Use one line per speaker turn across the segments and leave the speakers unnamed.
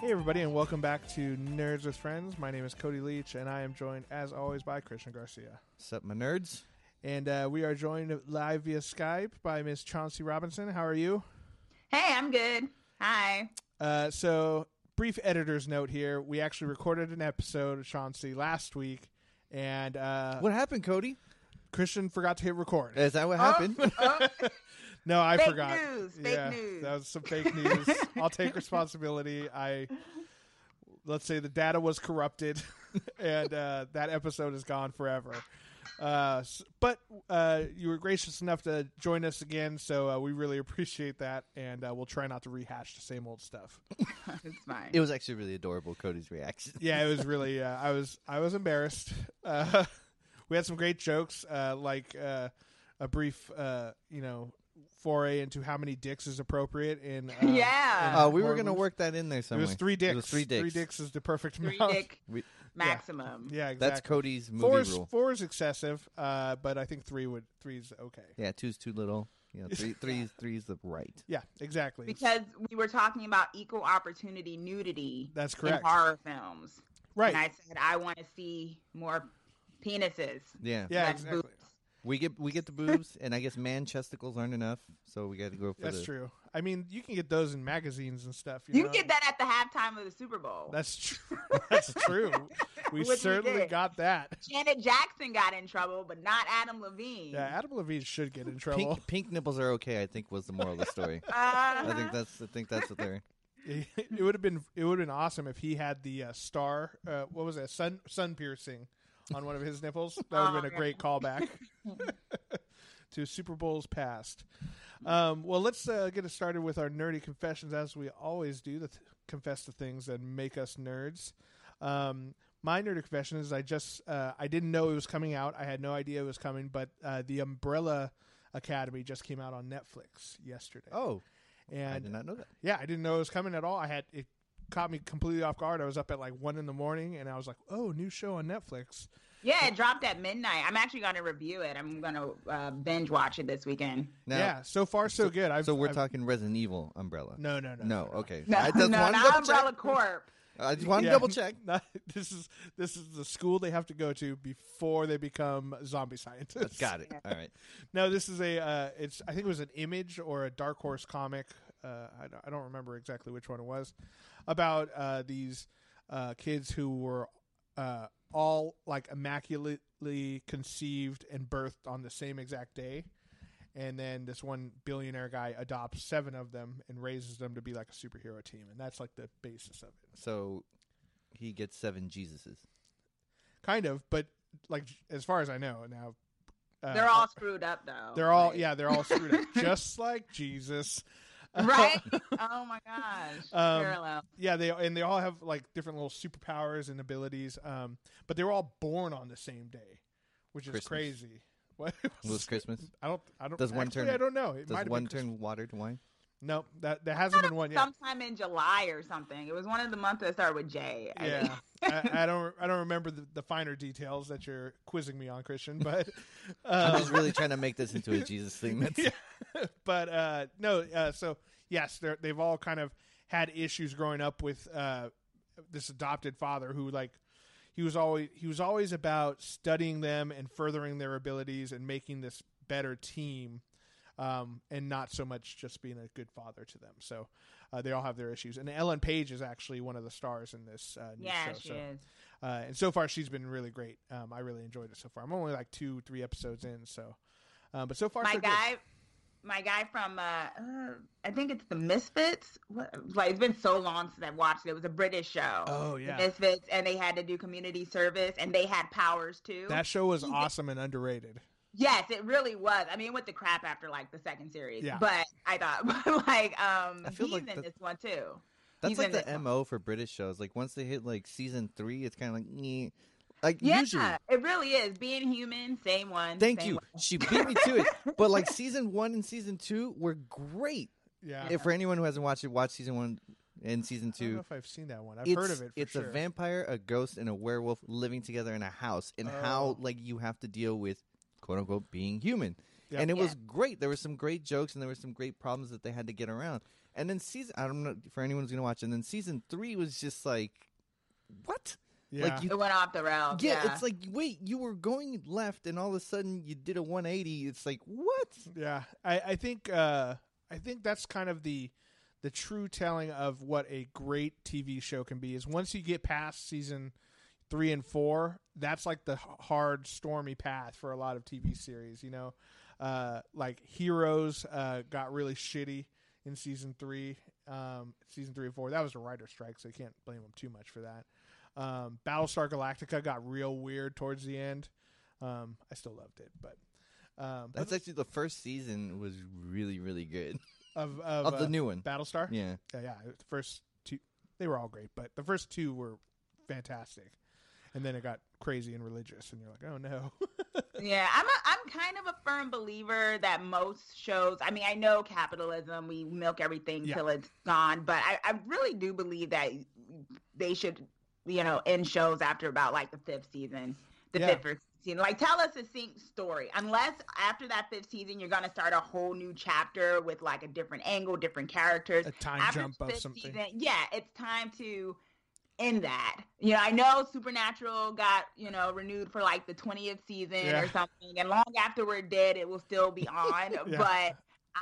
Hey, everybody, and welcome back to Nerds with Friends. My name is Cody Leach, and I am joined, as always, by Christian Garcia.
Sup, my nerds?
And uh, we are joined live via Skype by Miss Chauncey Robinson. How are you?
Hey, I'm good. Hi.
Uh, so, brief editor's note here. We actually recorded an episode, Chauncey, last week, and uh,
What happened, Cody?
Christian forgot to hit record.
Is that what happened?
Oh,
No, I
Fake
forgot.
news, fake news.
That was some fake news. I'll take responsibility. I let's say the data was corrupted, and uh, that episode is gone forever. Uh, s- but uh, you were gracious enough to join us again, so uh, we really appreciate that, and uh, we'll try not to rehash the same old stuff.
It's fine.
it was actually really adorable, Cody's reaction.
Yeah, it was really. Uh, I was I was embarrassed. Uh, we had some great jokes, uh, like uh, a brief, uh, you know, foray into how many dicks is appropriate in. Uh,
Yeah.
in
Oh, we were
horror
going to
movies.
work that in there
It
somewhere.
was three dicks.
It was three dicks.
is the perfect
Three
amount.
dick
We-
maximum.
Yeah, exactly.
That's Cody's movie
four. Is,
rule.
four is excessive, uh, but I think three would three's okay.
Yeah, two's too little. You know, three, three's, three's the right.
Yeah, exactly.
Because we were talking about equal opportunity nudity
That's
in
correct.
horror films.
right.
And I said I want to see more penises.
Yeah.
Yeah,
less
exactly.
boobs.
we get we get the boobs, and I guess man chesticles aren't enough, so we got to go for
That's
the.
true. I mean, you can get those in magazines and stuff. You,
You
know?
can get that at the halftime of the Super Bowl.
That's true. That's true. we
Which we
certainly
did.
got that.
Janet Jackson got in trouble, but not Adam Levine.
Yeah, Adam Levine should get in trouble.
Pink, pink nipples are okay. I think was the moral of the story.
Uh,
I think that's I think that's what they're.
it would have been it would have been awesome if he had the uh, star. Uh, what was that? Sun sun piercing on one of his nipples. That would have been a great callback to Super Bowls past. Um, well, let's uh, get it started with our nerdy confessions, as we always do. That confess to things that make us nerds. Um, my nerdy confession is I just uh, I didn't know it was coming out. I had no idea it was coming, but uh, the Umbrella Academy just came out on Netflix yesterday.
Oh, I
and
did not know that.
yeah, I didn't know it was coming at all. I had it caught me completely off guard. I was up at like one in the morning, and I was like, "Oh, new show on Netflix."
yeah, it dropped at midnight. I'm actually going to review it. I'm going to uh, binge watch it this weekend.
Now,
yeah, so far so, good. I've,
so we're
I've-
talking Resident Evil umbrella.
No, no, no,
No, okay.
No,
I
no,
just want to
not
double check.
Umbrella Corp.
I just want to
Yeah.
double check.
Not- this is this is the school they have to go to before they become zombie scientists.
Got it. All right.
No, this is a. Uh, it's I think it was an image or a Dark Horse comic. Uh, I, don't- I don't remember exactly which one it was about uh, these uh, kids who were uh, all like immaculately conceived and birthed on the same exact day, and then this one billionaire guy adopts seven of them and raises them to be like a superhero team, and that's like the basis of it,
So he gets seven Jesuses.
kind of. But like as far as I know now, uh,
They're all screwed up though.
they're all
Like-
yeah they're all screwed up, just like Jesus.
right. oh my gosh.
Um,
Parallel.
Yeah, they and they all have like different little superpowers and abilities. Um, but they were all born on the same day, which is
Christmas.
crazy. What
It was Christmas.
I don't. I don't.
Does one
actually,
turn-
I don't know. It might
Does
have been
one
Christmas.
turn water to wine?
No, that that hasn't been one yet.
Sometime in July or something. It was one of the months that started with J. I
Yeah,
think.
I, I don't. I don't remember the, the finer details that you're quizzing me on, Christian. But
I'm
uh,
just really trying to make this into a Jesus thing. That's
Yeah. but uh, no, uh, so yes, they're, they've all kind of had issues growing up with uh, this adopted father who like he was always he was always about studying them and furthering their abilities and making this better team. Um, and not so much just being a good father to them. So uh, they all have their issues. And Ellen Page is actually one of the stars in this uh, new
Yeah,
show.
she
so
is.
uh, and so far she's been really great. Um, I really enjoyed it so far. I'm only like two, three episodes in, so. Um, but so far,
My
so good.
guy my guy from uh, uh I think it's the Misfits. What, like it's been so long since I've watched it. It was a British show.
Oh
The
yeah,
Misfits and they had to do community service and they had powers too.
that show was
He's-
awesome and underrated.
yes, it really was. I mean, with the crap after like the second series.
Yeah.
But I thought like um
I feel
he's
like
in
that-
this one too.
that's
He's
like
in
the
this one.
mo for British shows. Like once they hit like season three, it's kind of like meh. like
Yeah,
usually.
it really is. Being human, same one.
Thank
same
you.
one.
She beat me to it. But like season one and season two were great.
Uh-huh.
Yeah,
If for anyone who hasn't watched it, watch season one and season
I don't know
two.
if I've seen that one. I've
it's,
heard of it. For
it's
sure.
a vampire, a ghost, and a werewolf living together in a house, and how
Oh.
like you have to deal with quote unquote being human.
Yeah.
and it
Yeah.
was great. There were some great jokes, and there were some great problems that they had to get around. And then season, I don't know for anyone who's gonna watch. And then season three was just like, what?
Yeah.
Like you,
It went off the rails.
yeah,
Oh, Yeah,
it's like wait, you were going left, and all of a sudden you did a one eighty. It's like what?
Yeah, I, I think uh, I think that's kind of the the true telling of what a great TV show can be is once you get past season three and four, that's like the h- hard stormy path for a lot of TV series. You know, uh, like Heroes uh, got really shitty in season three, um, season three and four. That was a writer strike, so you can't blame them too much for that. Um, Battlestar Galactica got real weird towards the end. Um, I still loved it, but um, but
That's actually the first season was really really good
of of,
of
uh,
the new one.
Battlestar.
Yeah,
Yeah, yeah. The first two, they were all great, but the first two were fantastic, and then it got crazy and religious, and you're like, oh no.
yeah. I'm a, I'm kind of a firm believer that most shows. I mean, I know capitalism. We milk everything
Yeah.
till it's gone, but I, I really do believe that they should, you know, end shows after about like the fifth season, the
Yeah.
fifth or sixth season. Like, tell us a succinct story. Unless after that fifth season, you're gonna start a whole new chapter with like a different angle, different characters.
A time
after
jump of
fifth
something.
season, yeah, it's time to end that. You know, I know Supernatural got you know renewed for like the twentieth season or
Yeah.
something, and long after we're dead, it will still be on. But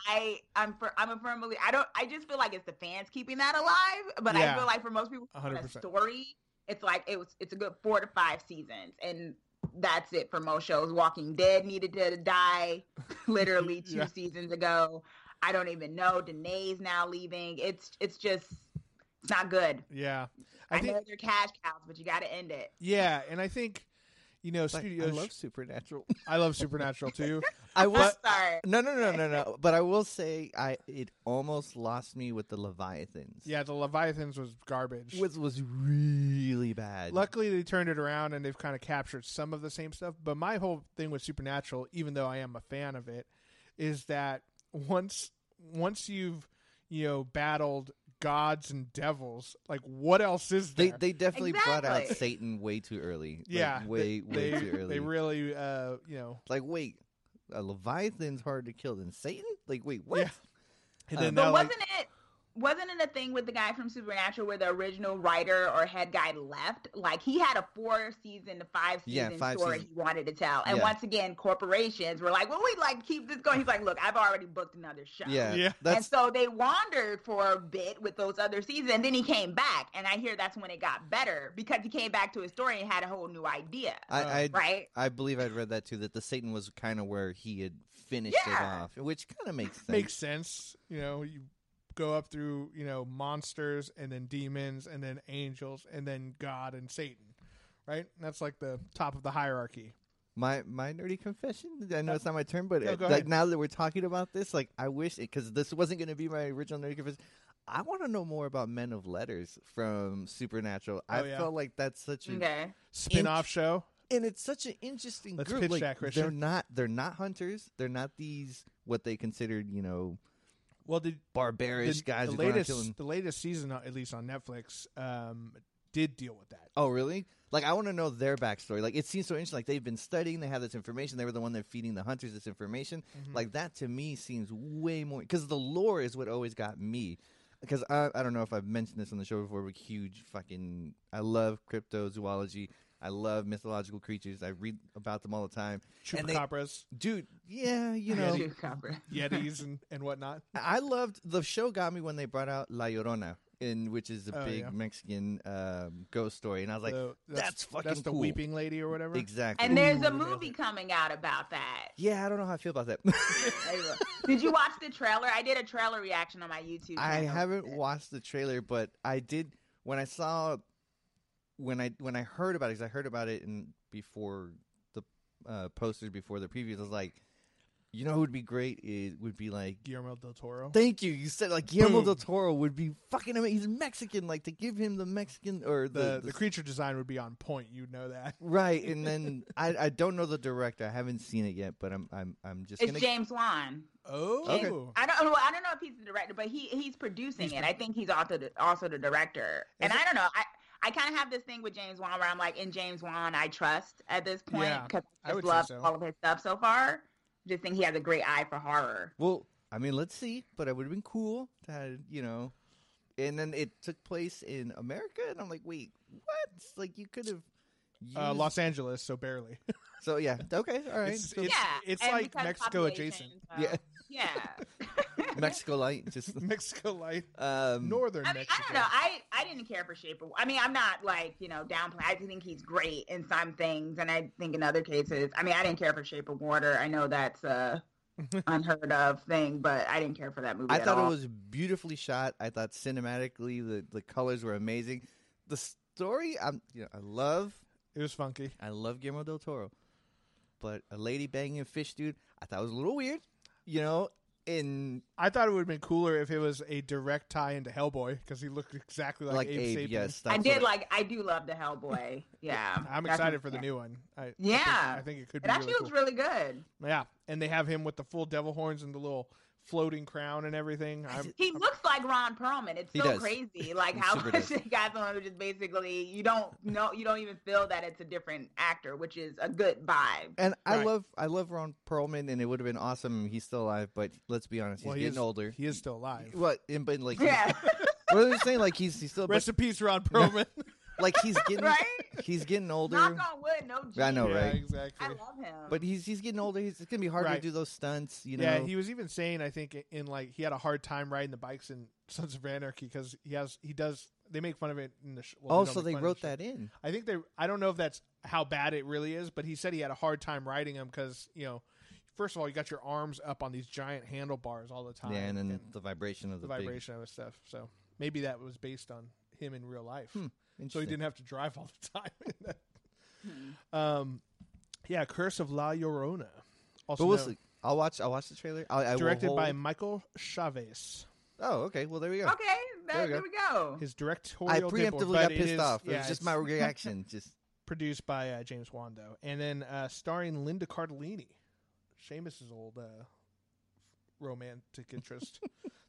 I, I'm for, I'm a firm believer. I don't. I just feel like it's the fans keeping that alive. But
Yeah.
I feel like for most people,
A
who
hundred
want a
percent.
story. It's like it was. It's a good four to five seasons, and that's it for most shows. Walking Dead needed to die literally two
Yeah.
seasons ago. I don't even know. Danae's now leaving. It's it's just it's not good.
yeah,
I,
I think.
know they're cash cows, but you got to end it.
Yeah, and I think you know,
It's like,
studios.
I love Supernatural.
I love Supernatural too.
I
I'm
was
sorry.
no no no no no, but I will say I it almost lost me with the Leviathans.
Yeah, the Leviathans was garbage.
was was really bad.
Luckily, they turned it around and they've kind of captured some of the same stuff. But my whole thing with Supernatural, even though I am a fan of it, is that once once you've you know battled gods and devils, like what else is
They
there?
they definitely brought out
Exactly.
Satan way too early. Like,
yeah,
way
they,
way
they,
too early.
They really, uh, you know,
like wait, a leviathan's harder to kill than Satan? Like wait, what?
Yeah. and then
Um,
But
now, like,
wasn't it wasn't it a thing with the guy from Supernatural where the original writer or head guy left? Like he had a four season to five
Yeah,
season
five
story
season-
he wanted to tell. And
Yeah.
once again, corporations were like, "Well, we like keep this going." He's like, "Look, I've already booked another show."
Yeah,
Yeah.
That's
and so they wandered for a bit with those other seasons, and then he came back, and I hear that's when it got better because he came back to his story and had a whole new idea,
I
uh,
I,
right?
I believe I'd read that too. That the Satan was kind of where he had finished
Yeah.
it off, which kind of makes sense.
makes sense. You know, you go up through you know monsters and then demons and then angels and then God and Satan, right? That's like the top of the hierarchy.
my my nerdy confession. I know it's not my turn, but
No,
uh,
go
like
ahead.
now that we're talking about this, like I wish because this wasn't going to be my original nerdy confession. I want to know more about Men of Letters from Supernatural. I
Oh, yeah.
felt like that's such a
Okay.
Spin off show.
and it's such an interesting
Let's
group.
pitch
like,
that,
They're
Christian.
not they're not hunters. They're not these what they considered you know
Well, did the,
barbarish guys.
the
who go out killing-
latest the latest season, uh, at least on Netflix, um, did deal with that.
Oh really? Like I want to know their backstory. Like it seems so interesting. Like they've been studying. They have this information. They were the one that feeding the hunters this information.
Mhm.
Like that to me seems way more because the lore is what always got me. Because I, I don't know if I've mentioned this on the show before, but huge fucking I love cryptozoology. I love mythological creatures. I read about them all the time. And they-
Chupacabras,
Dude, yeah, you know,
Yeah,
Copper.
Yetis, and, and whatnot.
I loved the show got me when they brought out La Llorona, in which is a
Oh,
big
yeah.
Mexican um, ghost story, and I was like,
The-
that's fucking
That's the
cool.
Weeping Lady or whatever.
exactly.
And there's
Ooh,
a
the
movie coming out about that.
yeah, I don't know how I feel about that.
Did you watch the trailer? I did a trailer reaction on my YouTube.
I
channel.
haven't watched the trailer, but I did when I saw when I when I heard about it. 'cause I heard about it in before the uh, posters, before the previews. I was like, you know, who would be great? It would be like
Guillermo del Toro.
Thank you. You said like Guillermo
Boom.
del Toro would be fucking amazing. He's Mexican, like to give him the Mexican or the,
the, the
the-
creature design would be on point. You know that.
right. And then I, I don't know the director. I haven't seen it yet, but I'm I'm I'm just
It's
gonna.
James Wan.
Oh,
Okay.
I don't. Well, I don't know if he's the director, but he he's producing it. I think he's also the, also the director. And I don't know. I I kind of have this thing with James Wan where I'm like, in James Wan, I trust at this point
Yeah,
because
I
I
would
just
say
love
so.
all of his stuff so far. just think he has a great eye for horror.
Well, I mean, let's see. But it would have been cool to have, you know. And then it took place in America, and I'm like, wait, what? Like you could have.
Uh,
used-
Los Angeles, so barely.
So yeah, okay, all right.
It's,
So
it's,
yeah,
it's
and
like
because
Mexico adjacent,
population,
Yeah.
so- yeah.
Mexico light, just
Mexico light,
um,
northern
I mean,
Mexico.
I don't know. I, I didn't care for Shape. of- I mean, I'm not like you know downplaying. I do think he's great in some things, and I think in other cases, I mean, I didn't care for Shape of Water. I know that's a unheard of thing, but I didn't care for that movie.
I
at
thought
all.
it was beautifully shot. I thought cinematically the the colors were amazing. The story, I'm you know, I love
It was funky.
I love Guillermo del Toro, but a lady banging a fish dude, I thought was a little weird. You know, and
I thought it would have been cooler if it was a direct tie into Hellboy because he looked exactly like,
like,
Abe,
Abe,
Sapien.
yes,
I
that's what-
did like. I do love the Hellboy. Yeah,
I'm
That's
excited
what-
for the new one. I, I think,
Yeah.
I think it could
It
be really
actually
cool.
was really good.
yeah, and they have him with the full devil horns and the little floating crown and everything. I'm,
He looks like Ron Perlman. It's
He
so
does.
crazy, like
He
how
super
much
does.
they got someone who just basically you don't know, you don't even feel that it's a different actor, which is a good vibe.
And I
Right.
love I love Ron Perlman, and it would have been awesome. He's still alive, but let's be honest, he's
well, he
getting
is,
older.
He is still alive.
What? And, but like,
Yeah,
what are you saying? Like he's he's still, but,
Rest in peace, Ron Perlman.
like he's getting
right.
he's getting older.
Knock on wood, no.
I know,
G.
Yeah,
yeah,
right.
exactly.
I love him.
But he's he's getting older. He's, it's gonna be harder
Right.
to do those stunts. You know.
yeah, he was even saying I think in like he had a hard time riding the bikes in Sons of Anarchy because he has he does they make fun of it in the sh- well,
oh,
don't
so
make
they
fun of
wrote
the show.
that in.
I think they I don't know if that's how bad it really is, but he said he had a hard time riding them because you know first of all you got your arms up on these giant handlebars all the time
Yeah, and then the vibration of
Ah, the
the,
vibration of his stuff so maybe that was based on him in real life
Hmm. Big,
so he
Interesting.
didn't have to drive all the
Hmm.
time um yeah curse of la llorona also
But we'll
known-
see. I'll watch. I'll watch the trailer. I, I will
directed by
hold-
michael chavez
Oh, okay. Well, there we go.
okay,
There
there,
we
there we go.
his
I
directorial debut,
preemptively
but
got
it
pissed
is-
off.
yeah,
it was just
it's
my reaction. Just
produced by uh, James Wando, and then uh, starring Linda Cardellini, Seamus's old uh, romantic interest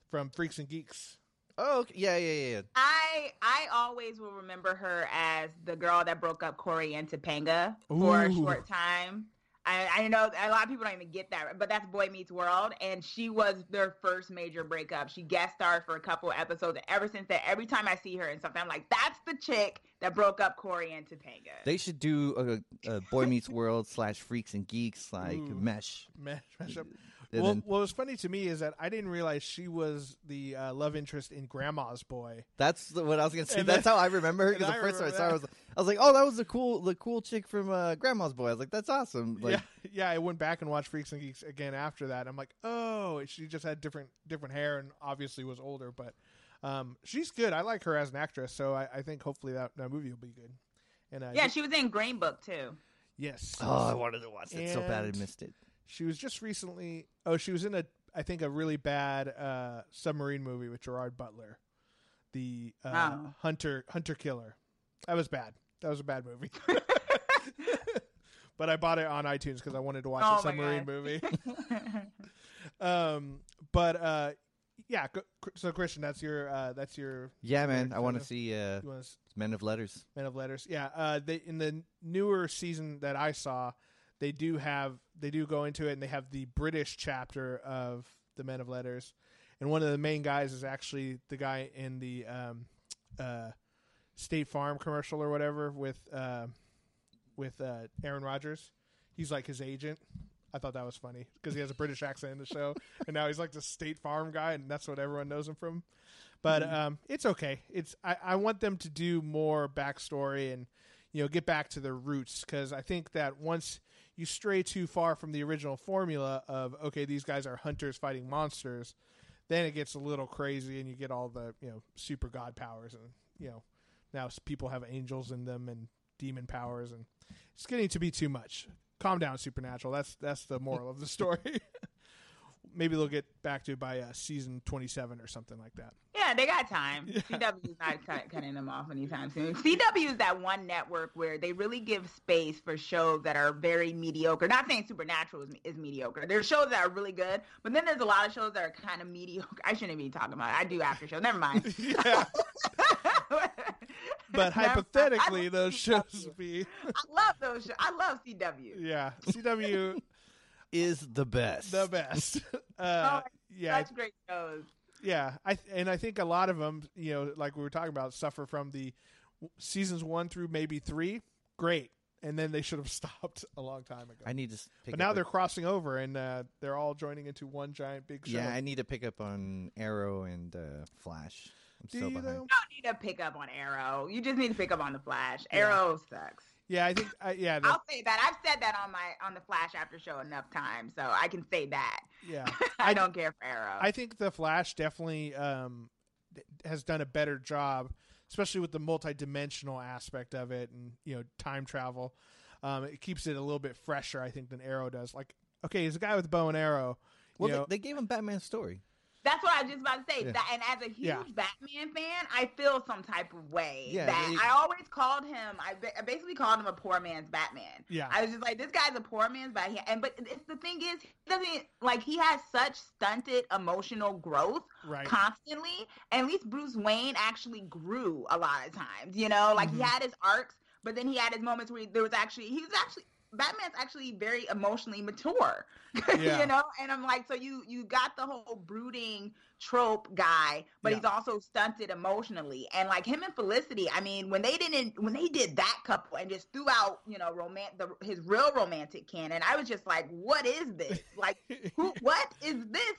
from Freaks and Geeks.
oh, okay. yeah, yeah, yeah, yeah.
I I always will remember her as the girl that broke up Corey and Topanga for a
Ooh.
short time. I, I know a lot of people don't even get that, but that's Boy Meets World, and she was their first major breakup. She guest starred for a couple episodes, and ever since that, every time I see her in something, I'm like, "That's the chick that broke up Corey and Topanga."
They should do a, a Boy Meets World slash Freaks and Geeks like
Ooh.
mesh.
Mash, mash up.
And
Hmm. Well,
then-
what was funny to me is that I didn't realize she was the uh, love interest in Grandma's Boy.
that's the- what I was gonna say.
And
That's
then-
how I remember her. 'cause
and
the
I
first time I
remember
saw her, I was, I was like, "Oh, that was the cool, the cool chick from uh, Grandma's Boy." I was like, "That's awesome!" Like,
yeah, yeah. I went back and watched Freaks and Geeks again after that. I'm like, oh, she just had different different hair and obviously was older, but um, she's good. I like her as an actress, so I, I think hopefully that, that movie will be good. And uh,
yeah, she was in Green Book too.
yes.
oh, I wanted to watch it so bad I
And-
missed it.
She was just recently. Oh, she was in a. I think a really bad uh, submarine movie with Gerard Butler, the uh,
Wow.
hunter hunter killer. That was bad. That was a bad movie. but I bought it on iTunes because I wanted to watch
Oh
a
my
submarine
God.
movie. Um, but uh, yeah. go- So Christian, that's your uh, that's your
Yeah, man, I
fair
want to
enough.
see uh,
you want to
Men of Letters.
Men of Letters. Yeah, uh, they in the newer season that I saw, they do have they do go into it, and they have the British chapter of the Men of Letters, and one of the main guys is actually the guy in the um, uh, State Farm commercial or whatever with uh, with uh, Aaron Rodgers. He's like his agent. I thought that was funny because he has a British accent in the show, and now he's like the State Farm guy, and that's what everyone knows him from but um, it's okay. It's I, I want them to do more backstory and you know get back to their roots because I think that once you stray too far from the original formula of okay these guys are hunters fighting monsters, then it gets a little crazy and you get all the you know super god powers and you know now s- people have angels in them and demon powers and it's getting to be too much. Calm down, supernatural. That's that's the moral of the story. Maybe they'll get back to it by uh, season twenty-seven or something like that.
Yeah, they got time.
Yeah.
CW's not cut, cutting them off anytime soon. CW is that one network where they really give space for shows that are very mediocre. Not saying Supernatural is, is mediocre. There's shows that are really good, but then there's a lot of shows that are kind of mediocre. I shouldn't be talking about it. I do after show. Never mind.
yeah. But
Never mind.
hypothetically,
I love
those
CW.
shows would be
I love those shows. I love CW.
yeah. CW.
is the best.
the best. Uh,
Oh,
yeah,
Such great shows.
yeah. I th- and I think a lot of them, you know, like we were talking about, suffer from the w- seasons one through maybe three. Great, and then they should have stopped a long time ago.
I need to s- pick
but now
up
they're
a-
crossing over and uh, they're all joining into one giant big show.
yeah. I need to pick up on Arrow and uh, Flash. I'm
Do
so
you
behind.
though?
You don't need to pick up on Arrow. You just need to pick up on the Flash.
Yeah.
Arrow sucks.
Yeah, I think. I, yeah, that,
I'll say that. I've said that on my on the Flash after show enough times, so I can say that.
yeah.
I,
I-
don't care for Arrow.
I think the Flash definitely um, th- has done a better job, especially with the multi-dimensional aspect of it and you know time travel. Um, it keeps it a little bit fresher, I think, than Arrow does. Like, okay, he's a guy with a bow and arrow.
Well,
you
they,
know,
they gave him Batman's story.
That's what I was just about to say.
Yeah.
That, and as a huge
Yeah.
Batman fan, I feel some type of way
Yeah,
that
it-
I always called him. I, ba- I basically called him a poor man's Batman.
yeah,
I was just like, this guy's a poor man's Batman. And but it's, the thing is, he doesn't like he has such stunted emotional growth
right.
constantly. And at least Bruce Wayne actually grew a lot of times. You know, like he
Mhm.
had his arcs, but then he had his moments where he, there was actually he was actually Batman's actually very emotionally mature.
Yeah.
you know, and I'm like, so you you got the whole brooding trope guy, but
Yeah.
he's also stunted emotionally. And like him and Felicity, I mean, when they didn't when they did that couple and just threw out you know romance the, his real romantic canon, I was just like, what is this? Like who, what is this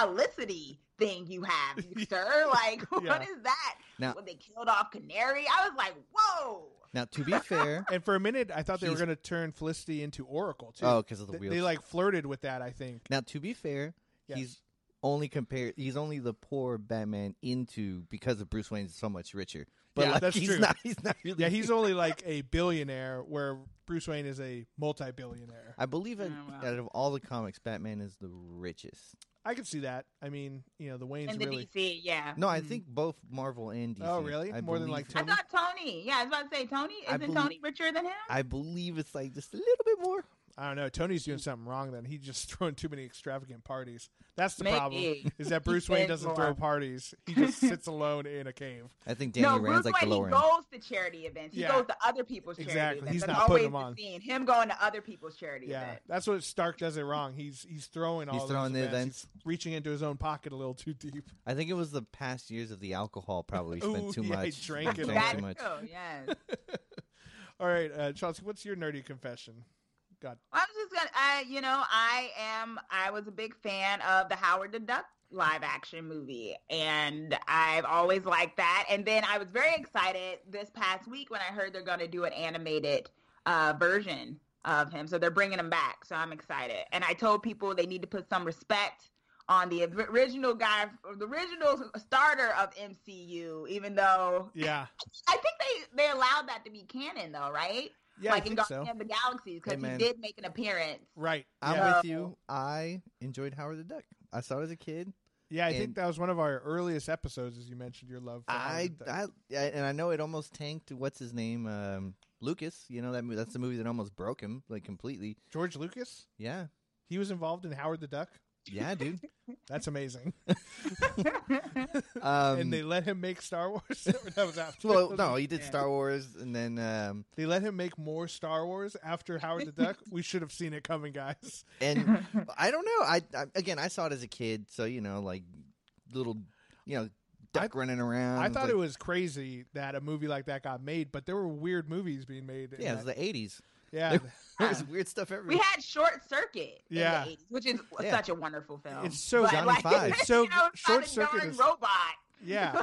elicity thing you have, you sir? Like,
Yeah.
what is that?
Now-
when they killed off Canary, I was like, whoa.
Now, to be fair,
and for a minute, I thought they were
He's-
going to turn Felicity into Oracle too.
oh, because of the
They-
wheels.
they like flirted with that. I think.
now, to be fair,
Yes.
he's only compared. He's only the poor Batman into because of Bruce Wayne's so much richer. But
Yeah,
like,
that's
he's
true.
not. He's not really.
yeah, he's only like a billionaire, where Bruce Wayne is a multi-billionaire.
I believe that
Oh, wow.
out of all the comics, Batman is the richest.
I could see that. I mean, you know, the Waynes
In the
really.
DC, yeah.
No, I
Mhm.
think both Marvel and DC.
Oh, really?
I
More than, like,
believe-
two?
I
Tony?
thought Tony. Yeah, I was about to say Tony.
I
Isn't
believe-
Tony richer than him?
I believe it's like just a little bit more.
I don't know. Tony's doing something wrong. Then he's just throwing too many extravagant parties. That's the
Maybe.
problem. Is that Bruce Wayne
spends
doesn't
more.
throw parties? He just sits alone in a cave.
I think Danny
no,
Rand's
Bruce
like the
Wayne,
lower
he
end.
goes to charity events. He
Yeah.
goes to other people's
Exactly.
charity events.
He's
That's
not putting
always
him
the
on.
Scene. Him going to other people's charity
Yeah,
events.
that's what Stark does it wrong. He's he's throwing all.
He's
those
throwing the
events. He's reaching into his own pocket a little too deep.
I think it was the past years of the alcohol probably
Ooh,
spent too
yeah, I
much.
drank it
too
all.
That
so
much.
too, yes.
all right, uh, Chauncey, what's your nerdy confession? God,
I was just gonna, I, you know, I am. I was a big fan of the Howard the Duck live action movie, and I've always liked that. And then I was very excited this past week when I heard they're gonna do an animated uh, version of him. So they're bringing him back. So I'm excited. And I told people they need to put some respect on the original guy, the original starter of MCU, even though
yeah,
I think they they allowed that to be canon though, right?
yeah,
like
I
in
think
Guardians
so.
of the Galaxy
Hey,
because
man.
he did make an appearance.
Right,
I'm
yeah,
with you. I enjoyed Howard the Duck. I saw it as a kid.
yeah. I think
and-
that was one of our earliest episodes, as you mentioned your love. For
I,
Howard the Duck.
I, I- and I know it almost tanked. What's his name? Um, Lucas. You know that mo- that's the movie that almost broke him like completely.
George Lucas,
Yeah,
he was involved in Howard the Duck.
yeah, dude.
That's amazing.
Um,
and they let him make Star Wars. that was after.
well, no, he did
Yeah.
Star Wars, and then um,
They let him make more Star Wars after Howard the Duck. We should have seen it coming, guys.
and I don't know. I, I again, I saw it as a kid, so you know, like little, you know, duck running around.
I thought
Um, like,
it was crazy that a movie like that got made, but there were weird movies being made. in
Yeah, it was
that-
the '80s.
yeah.
There was weird stuff everywhere.
we had Short Circuit,
Yeah.
in the 80s, which is
Yeah.
such a wonderful film.
It's so-
Johnny Five.
It's so-
you know, it's
Short
about a
Circuit
darn
is-
robot.
yeah.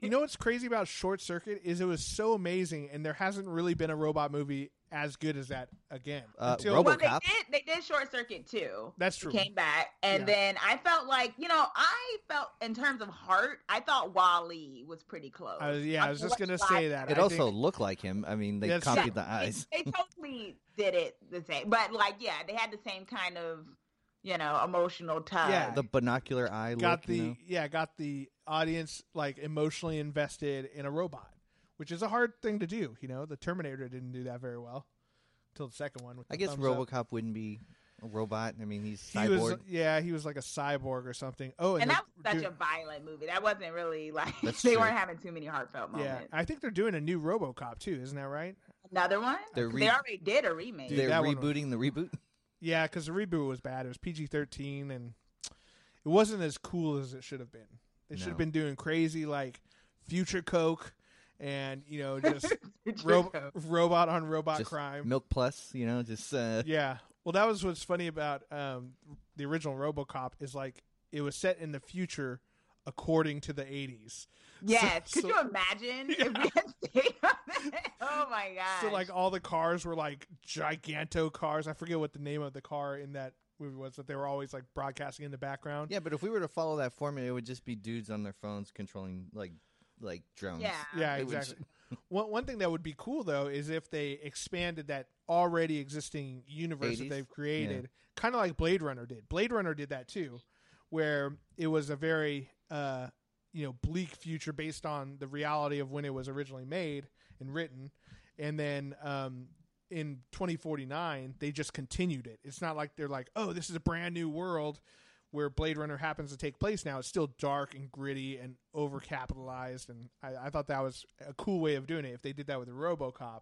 You know what's crazy about Short Circuit is it was so amazing, and there hasn't really been a robot movie as good as that again.
Uh,
Until-
Robo-
well, they
RoboCop.
did. They did Short Circuit too.
that's
He
true.
came back, and
Yeah.
then I felt like you know, I felt in terms of heart, I thought Wally was pretty close.
I was, yeah, I was just gonna say that.
it
I
also
think-
looked like him. I mean, they
That's
copied
true.
the eyes.
They, they totally did it the same, but like, yeah, they had the same kind of you know emotional tug.
Yeah,
The binocular eye
got
look,
the
you know?
yeah got the audience like emotionally invested in a robot, which is a hard thing to do. You know, the Terminator didn't do that very well until the second one. With
I
the
guess
thumbs up.
RoboCop wouldn't be a robot. I mean, he's
He was,
cyborg.
yeah, he was like a cyborg or something. Oh, and,
and
they're
that was such
doing-
a violent movie. That wasn't really like
That's
they
true.
weren't having too many heartfelt
yeah.
moments.
I think they're doing a new RoboCop too, isn't that right?
Another one?
They're re-
they already did a remake.
Dude,
They're
that one-
rebooting the reboot.
Yeah, because the reboot was bad. It was PG thirteen, and it wasn't as cool as it should have been. They should
No.
have been doing crazy like future Coke, and you know just ro- robot on robot
Just
crime.
Milk Plus, you know, just uh,
Yeah. Well, that was what's funny about um, the original RoboCop is like it was set in the future according to the '80s.
Yes.
so-
Could you imagine if we had stayed on that? Oh my god.
So like all the cars were like giganto cars. I forget what the name of the car in that movie was that they were always like broadcasting in the background.
yeah. But if we were to follow that formula, it would just be dudes on their phones controlling like like drones.
Yeah.
Yeah,
It was-
exactly. one one thing that would be cool though is if they expanded that already existing universe
80s?
that they've created, kind of like Blade Runner did. Blade Runner did that too, where it was a very uh, you know bleak future based on the reality of when it was originally made and written, and then um, in 2049 they just continued it. It's not like they're like, oh, this is a brand new world. Where Blade Runner happens to take place now, it's still dark and gritty and overcapitalized, and I, I thought that was a cool way of doing it. If they did that with RoboCop,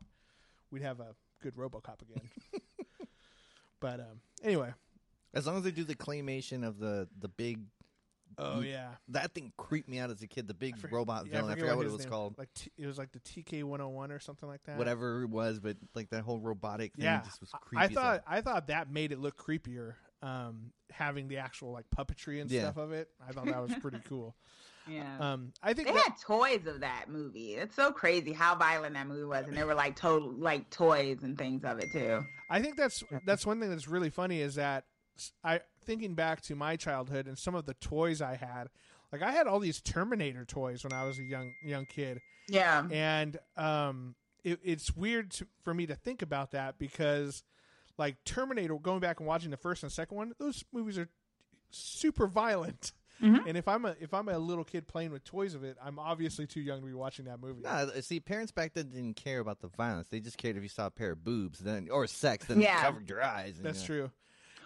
we'd have a good RoboCop again. but um, anyway,
As long as they do the claymation of the the big
oh
Mm.
yeah,
that thing creeped me out as a kid. The big
I forget-
robot
yeah,
villain. I,
forget
forgot what, it
his
was
name-
called.
Like t- it was like the TK one hundred and one or something like that.
Whatever it was, but like that whole robotic thing
Yeah,
just was
I-
creepy.
I
as hell.
thought I thought that made it look creepier. Um, having the actual like puppetry and
Yeah.
stuff of it, I thought that was pretty cool.
yeah.
Um, I think
They
that-
had toys of that movie. It's so crazy how violent that movie was, and there were like total like toys and things of it too.
I think that's that's one thing that's really funny is that s- I thinking back to my childhood and some of the toys I had. Like I had all these Terminator toys when I was a young young kid,
Yeah,
and um, it, it's weird to, for me to think about that because, like Terminator, going back and watching the first and second one, those movies are super violent.
Mhm.
And if I'm a if I'm a little kid playing with toys of it, I'm obviously too young to be watching that movie.
Nah, th- see, parents back then didn't care about the violence. They just cared if you saw a pair of boobs, then or sex, then
Yeah.
it covered your eyes. and,
That's
you know.
true.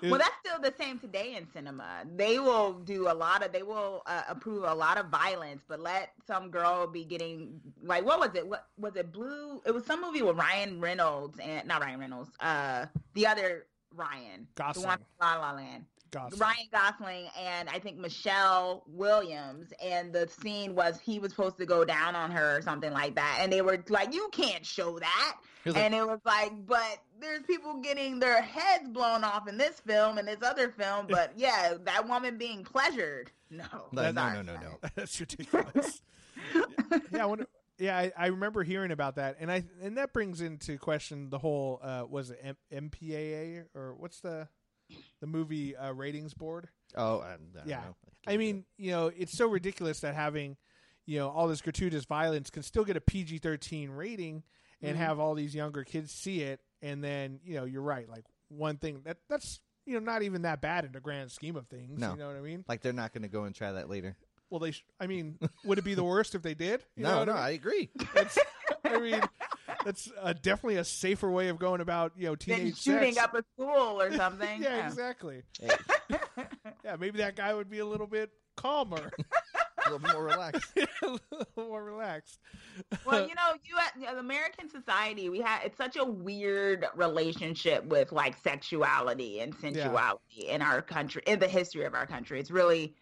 It-
Well, that's still the same today in cinema. They will do a lot of, they will uh, approve a lot of violence, but let some girl be getting like, what was it? What was it? Blue? It was some movie with Ryan Reynolds and not Ryan Reynolds. Uh, the other Ryan, the one
Gosling.
from La La Land,
Gosling.
Ryan Gosling, and I think Michelle Williams. And the scene was he was supposed to go down on her or something like that, and they were like, you can't show that
He was like,
and it was like, but there's people getting their heads blown off in this film and this other film, but yeah, that woman being pleasured. No,
like, no, no,
sorry.
no, no.
That's ridiculous. yeah, I wonder, yeah, I, I remember hearing about that, and I and that brings into question the whole uh, was it M- MPAA or what's the the movie uh, ratings board?
Oh, I, I don't
Yeah.
know.
I mean, you know, it's so ridiculous that having you know all this gratuitous violence can still get a PG thirteen rating and
Mm-hmm.
Mhm.
have all these younger kids see it, and then you know you're right, like one thing that that's you know not even that bad in the grand scheme of things.
No.
You know what I mean?
like they're not going to go and try that later.
Well, they. Sh- I mean, would it be the worst if they did? You know
no,
what
no,
I mean?
I agree.
That's, I mean, that's uh, definitely a safer way of going about you know
Then
teenage
shooting
sex.
up a Oh. school or something.
yeah, exactly.
Hey,
Yeah, maybe that guy would be a little bit calmer,
a little more relaxed.
a little more relaxed.
Well, you know, you ha- you know, the American society, we have it's such a weird relationship with like sexuality and sensuality in our country, in the history of our country. It's really,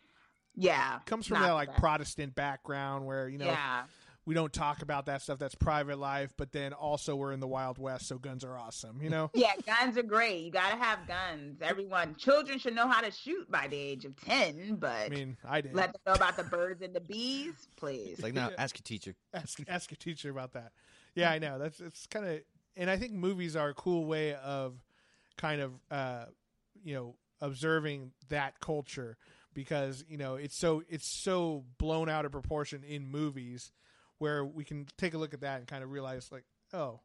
yeah,
Comes from
not
that like
that.
Protestant background where you know
yeah.
we don't talk about that stuff. That's private life, but then also we're in the Wild West, so guns are awesome. You know.
Yeah, guns are great. You gotta have guns. Everyone, children should know how to shoot by the age of ten. But
I mean, I did.
let them know about the birds and the bees, please.
It's like, no, ask your teacher.
ask ask your teacher about that. Yeah, I know. That's it's kind of, and I think movies are a cool way of kind of, uh, you know, observing that culture because you know it's so it's so blown out of proportion in movies where we can take a look at that and kind of realize like, oh,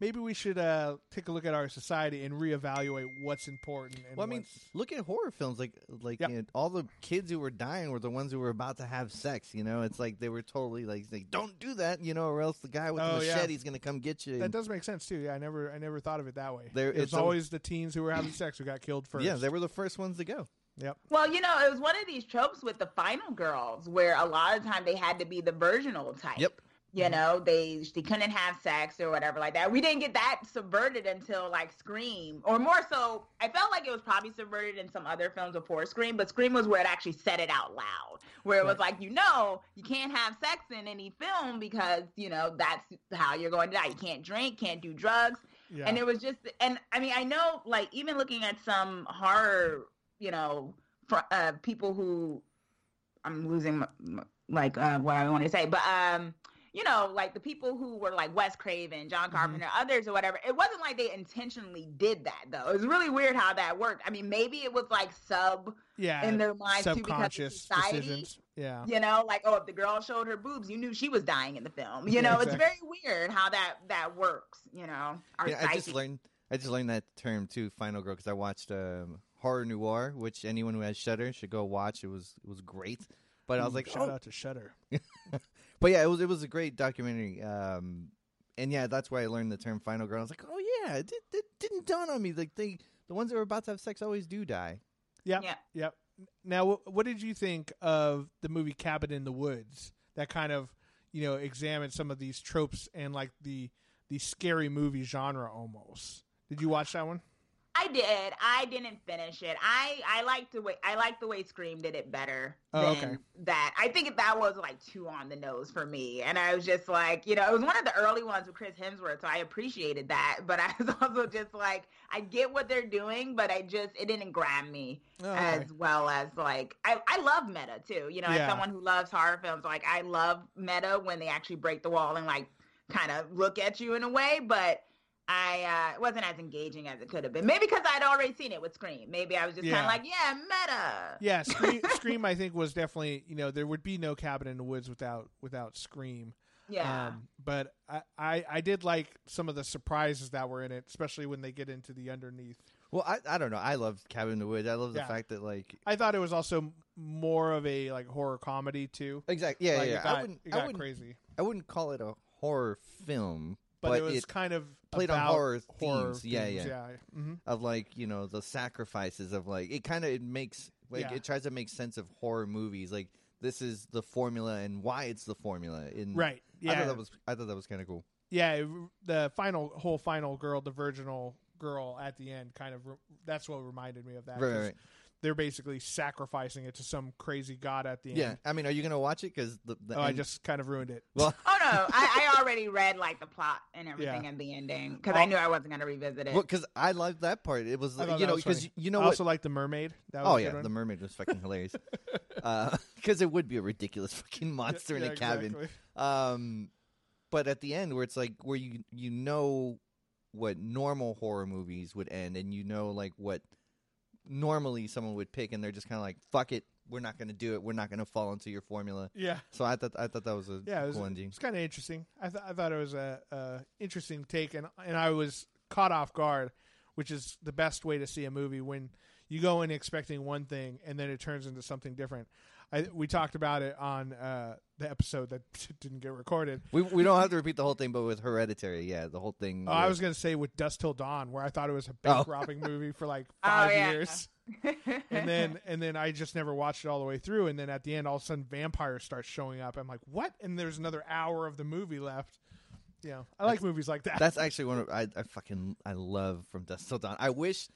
maybe we should uh, take a look at our society and reevaluate what's important. And
Well, I mean,
what's-
look at horror films. Like, like
Yeah.
you know, all the kids who were dying were the ones who were about to have sex. You know, it's like they were totally like, like don't do that. You know, or else the guy with
Oh,
the
yeah.
machete's going to come get you.
that
and-
does make sense too. Yeah, I never I never thought of it that way.
There-
it was
it's al-
always the teens who were having sex who got killed first.
yeah, they were the first ones to go.
yep.
well, you know, it was one of these tropes with the final girls where a lot of time they had to be the virginal type.
Yep. Mm-hmm.
you know they they couldn't have sex or whatever like that we didn't get that subverted until like scream or more so i felt like it was probably subverted in some other films before scream but scream was where it actually said it out loud where it was like you know you can't have sex in any film because you know that's how you're going to die you can't drink can't do drugs
Yeah.
and it was just and i mean i know like even looking at some horror you know fr- uh, people who i'm losing my, my- like uh, what i want to say but um you know like the people who were like wes craven john
Mhm.
carpenter others or whatever it wasn't like they intentionally did that though it was really weird how that worked i mean maybe it was like sub
yeah.
in their minds too because of
subconscious
society
decisions. Yeah.
you know like oh if the girl showed her boobs you knew she was dying in the film you know it's very
Exactly.
weird how that that works you know our
Yeah, I just
psyche.
learned I just learned that term too, Final Girl, because I watched um, horror noir, which anyone who has Shutter should go watch. It was it was great, but I was
Ooh,
like,
shout
oh.
out to Shutter.
but yeah, it was it was a great documentary. Um, and yeah, that's why I learned the term Final Girl. I was like, oh yeah, it, did, it didn't dawn on me. Like they, the ones that were about to have sex always do die.
Yep.
Yeah.
Yep. Now, wh- what did you think of the movie Cabin in the Woods? That kind of, you know, examined some of these tropes and like the the scary movie genre almost. Did you watch that one?
I did. I didn't finish it. I I liked the way I liked the way Scream did it better
Oh,
than
okay.
that. I think that was like too on the nose for me, and I was just like, you know, it was one of the early ones with Chris Hemsworth, so I appreciated that. But I was also just like, I get what they're doing, but I just it didn't grab me
Oh, okay.
as well as like I, I love meta too. You know,
Yeah.
as someone who loves horror films, like I love meta when they actually break the wall and like kind of look at you in a way, but I uh, it wasn't as engaging as it could have been. Maybe because I'd already seen it with Scream. Maybe I was just kind
Yeah.
of like, yeah, meta.
Yeah, Scream, Scream. I think was definitely you know there would be no Cabin in the Woods without without Scream.
Yeah.
Um, but I, I I did like some of the surprises that were in it, especially when they get into the underneath.
Well, I, I don't know. I love Cabin in the Woods. I love the
Yeah.
fact that like
I thought it was also more of a like horror comedy too.
exactly yeah
like,
yeah.
It
I
got,
wouldn't
it
I
got
wouldn't
crazy,
I wouldn't call it a horror film,
but,
but
it was
it
kind of
played on
about
horror
horror
themes. Yeah,
themes,
yeah.
hmm
of like you know the sacrifices of like it kind of it makes like
Yeah.
it tries to make sense of horror movies like this is the formula and why it's the formula in
Right.
Mm. I
Yeah.
thought that was I thought that was kind of cool
yeah. it- The final whole final girl, the virginal girl at the end, kind of re- that's what reminded me of that.
right,
'cause
right, right.
They're basically sacrificing it to some crazy god at the
Yeah.
end.
I mean are you gonna watch it because the, the
oh, I
end-
just kind of ruined it.
well
Oh no, I, I already read like the plot and everything
Yeah.
and the ending because I knew I wasn't gonna revisit it.
because I liked that part it was
I thought
you
that
know
was
because
funny.
you know
I
what
also like the mermaid. That was
oh
a
yeah
good one.
the mermaid was fucking hilarious because it would be a ridiculous fucking
Yeah,
monster in
yeah,
a cabin
exactly.
Um, but at the end, where it's like where you you know what normal horror movies would end, and you know like what normally someone would pick, and they're just kind of like, "Fuck it, we're not going to do it. We're not going to fall into your formula."
Yeah.
So I thought I thought that was a
Yeah, it was,
cool
it
ending.
was kind of interesting. I, th- I thought it was a, a interesting take, and and I was caught off guard, which is the best way to see a movie when you go in expecting one thing and then it turns into something different. I, we talked about it on uh, the episode that didn't get recorded.
We we don't have to repeat the whole thing, but with Hereditary, yeah, the whole thing.
Oh, I
where-
was going to say with Dust Till Dawn, where I thought it was a bank
Oh.
robbing movie for like five
yeah.
years, and then and then I just never watched it all the way through. And then at the end, all of a sudden, vampires start showing up. I'm like, what? And there's another hour of the movie left. You know, I like movies like that.
That's actually one of I, I fucking I love from Dust Till Dawn. I wish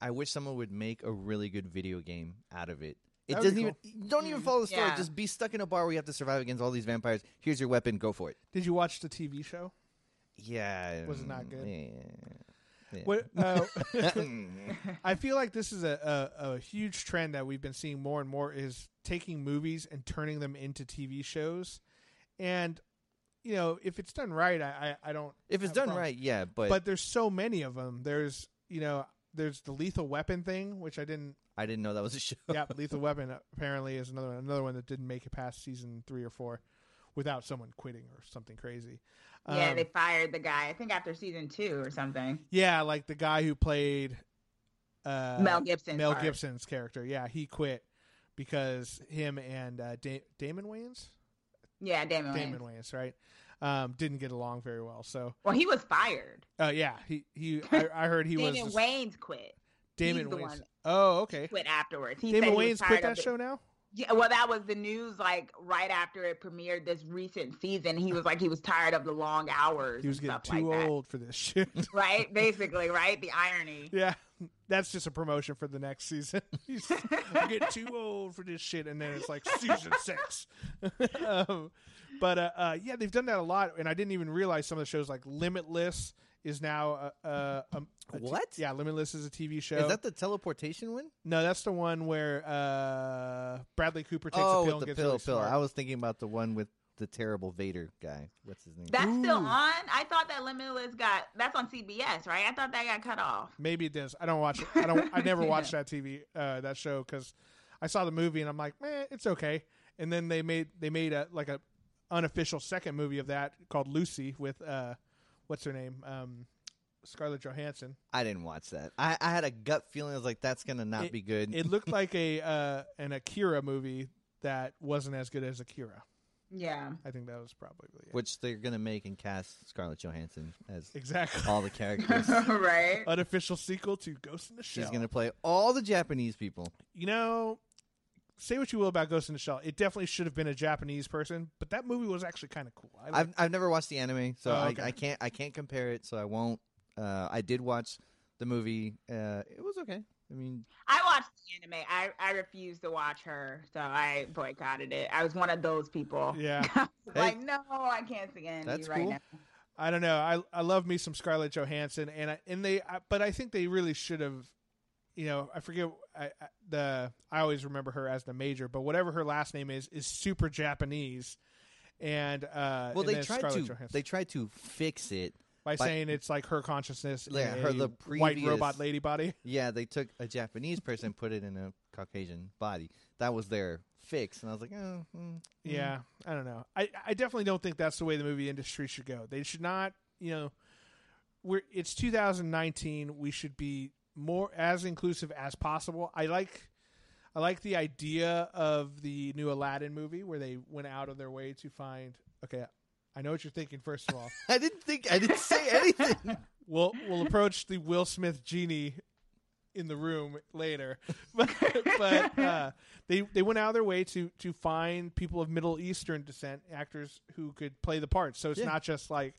I wish someone would make a really good video game out of it. It
That would
doesn't
be
even don't even
Mm,
follow the story.
yeah.
Just be stuck in a bar where you have to survive against all these vampires. Here's your weapon. Go for it.
Did you watch the TV show?
Yeah, Mm,
Was it not good?
Yeah.
What, uh,
Mm.
I feel like this is a, a, a huge trend that we've been seeing more and more is taking movies and turning them into TV shows. And, you know, if it's done right, I, I, I don't.
if it's
Uh,
done
well,
right, yeah, but,
But there's so many of them. There's, you know, there's the Lethal Weapon thing, which I didn't.
I didn't know that was a show.
Yeah, Lethal Weapon apparently is another one, another one that didn't make it past season three or four without someone quitting or something crazy.
yeah,
Um,
they fired the guy. I think after season two or something.
yeah, like the guy who played uh,
Mel Gibson.
Mel Gibson's character. Yeah, he quit because him and uh, da- Damon Wayans,
Yeah, Damon.
Damon
Wayans.
Wayans, right, um, didn't get along very well. So,
Well, he was fired.
uh, yeah, he he, I, I heard he was
Damon
this-
Wayne's quit.
Damon
he's the
Wayans.
one.
Oh, okay.
Quit afterwards. He
Damon
said he
Wayans
was tired
quit
of
that
it.
show now.
Yeah, well, that was the news. Like right after it premiered this recent season, he was like he was tired of the long hours.
He was
and
getting
stuff
too
like that.
old for this shit.
right? Basically, right? The irony.
yeah, that's just a promotion for the next season. He's- I'm getting too old for this shit, and then it's like season six. um, but uh, uh, yeah, they've done that a lot, and I didn't even realize some of the shows like Limitless is now uh, uh, um, a t-
What?
yeah, Limitless is a TV show.
Is that the teleportation one?
no, that's the one where uh, Bradley Cooper takes
oh,
a pill and
with the
gets
pill,
really
pill.
smart.
I was thinking about the one with the terrible Vader guy. What's his name?
That's still
Ooh.
on. I thought that Limitless got that's on CBS, right? I thought that got cut off.
Maybe it does. I don't watch. It. I don't. I never
Yeah.
watched that TV uh, that show because I saw the movie and I'm like, man, it's okay. And then they made they made a like a unofficial second movie of that called Lucy with uh, what's her name, um, Scarlett Johansson.
I didn't watch that. I, I had a gut feeling. I was like, that's gonna not be good.
It looked like a uh, an Akira movie that wasn't as good as Akira.
Yeah.
I think that was probably it.
which they're gonna make and cast Scarlett Johansson as
exactly
all the characters.
right.
unofficial sequel to Ghost in the Shell.
She's gonna play all the Japanese people.
you know, say what you will about Ghost in the Shell, it definitely should have been a Japanese person, but that movie was actually kind of cool. I like,
I've I've never watched the anime, so
Oh,
I,
okay.
I can't I can't compare it. So I won't. Uh, I did watch the movie. Uh, it was okay. I mean,
I watched the anime. I, I refused to watch her, so I boycotted it. I was one of those people.
yeah,
like, no, I can't see anime
That's
right
cool.
now.
I don't know. I I love me some Scarlett Johansson, and I, and they, I, but I think they really should have. You know, I forget I, I, the. I always remember her as the major, but whatever her last name is is super Japanese, and uh,
well,
and
they
then
tried
Scarlett
to
Johansson.
they tried to fix it.
by
by-
saying it's like her consciousness, in
Yeah, her-
a
the
white
previous-
robot lady body.
Yeah, they took a Japanese person, put it in a Caucasian body. That was their fix, and I was like, oh, mm, mm.
Yeah, I don't know. I I definitely don't think that's the way the movie industry should go. They should not, you know, we're it's 2019. We should be more as inclusive as possible. I like I like the idea of the new Aladdin movie where they went out of their way to find okay, I know what you're thinking first of all.
I didn't think I didn't say anything.
we'll we'll approach the Will Smith genie in the room later, but, but uh, they they went out of their way to to find people of Middle Eastern descent actors who could play the parts. So it's
Yeah.
not just like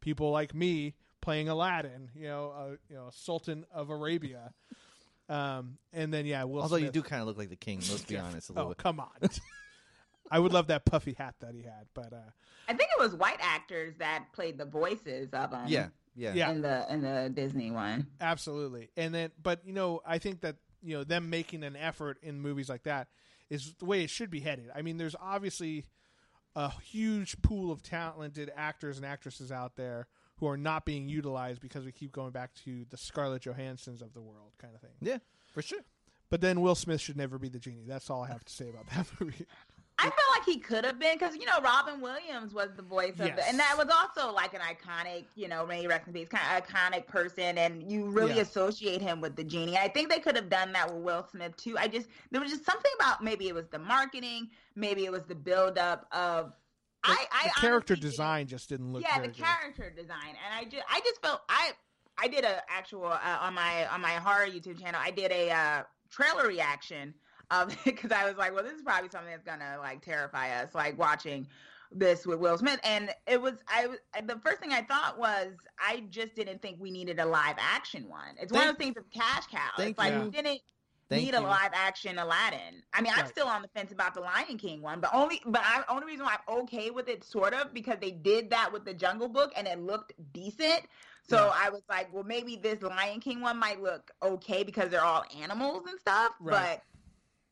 people like me playing Aladdin, you know, uh, you know, Sultan of Arabia. Um, and then yeah, Will
Although
Smith.
you do kind of look like the king. Let's be honest, a little
oh
bit.
come on. I would love that puffy hat that he had, but uh,
I think it was white actors that played the voices of them.
Yeah, yeah,
Yeah.
In the in the Disney one.
Absolutely. And then, but you know, I think that you know them making an effort in movies like that is the way it should be headed. I mean, there's obviously a huge pool of talented actors and actresses out there who are not being utilized because we keep going back to the Scarlett Johansons of the world kind of thing.
yeah, for sure.
But then Will Smith should never be the genie. That's all I have to say about that movie.
I feel like he could have been because you know Robin Williams was the voice of the, and that was also like an iconic, you know, may he rest in peace, kind of iconic person, and you really
Yeah.
associate him with the genie. I think they could have done that with Will Smith too. I just there was just something about maybe it was the marketing, maybe it was the buildup of. I, I
the character
honestly didn't-
design just didn't look
yeah
very
the
good.
character design and i just i just felt i i did a actual uh, on my on my horror youtube channel i did a uh, trailer reaction of because i was like well this is probably something that's gonna like terrify us like watching this with will smith and it was i was- the first thing i thought was i just didn't think we needed a live action one it's one of
Thank-
those things of cash cow
thank
it's like
you.
we didn't
Thank
need
you.
a live action Aladdin. I mean, I'm
Right.
still on the fence about the Lion King one, but only but I only reason why I'm okay with it sort of because they did that with the Jungle Book and it looked decent. So
Yeah.
I was like, well, maybe this Lion King one might look okay because they're all animals and stuff,
Right.
but.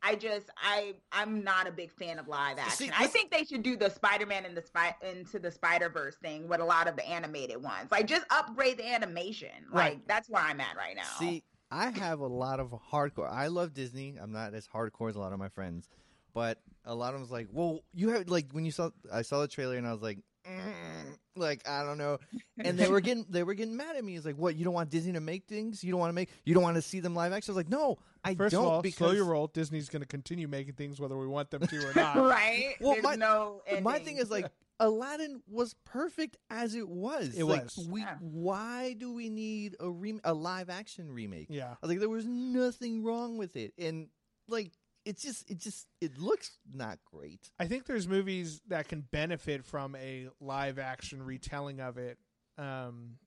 I just I I'm not a big fan of live action.
See,
I
this-
think they should do the Spider-Man and the spy into the Spider-Verse thing with a lot of the animated ones. Like just upgrade the animation.
Right.
Like that's where I'm at right now.
See, I have a lot of hardcore. I love Disney. I'm not as hardcore as a lot of my friends, but a lot of them's like, "Well, you have like when you saw I saw the trailer and I was like, mm, like I don't know." And they were getting they were getting mad at me. It's like, "What? You don't want Disney to make things? You don't want to make? You don't want to see them live action?" I was like, "No, I
First
don't."
of all,
because
slow your roll. Disney's going to continue making things whether we want them to or not.
right?
Well,
There's
my-
no
my
ending.
thing is like. Aladdin was perfect as it was.
It
Like,
was.
We,
Yeah.
Why do we need a rem- a live action remake?
Yeah.
I was like, there was nothing wrong with it. And like it's just it just it looks not great.
I think there's movies that can benefit from a live action retelling of it, um,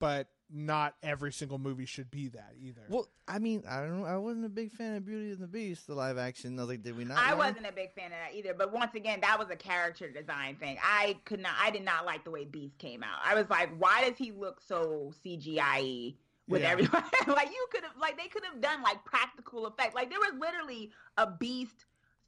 but not every single movie should be that either.
Well, I mean, I don't know. I wasn't a big fan of Beauty and the Beast, the live action. I was like, did we not?
I
learn?
wasn't a big fan of that either. But once again, that was a character design thing. I could not. I did not like the way Beast came out. I was like, why does he look so CGI? With
Yeah.
everyone, like you could have, like they could have done like practical effect. Like there was literally a Beast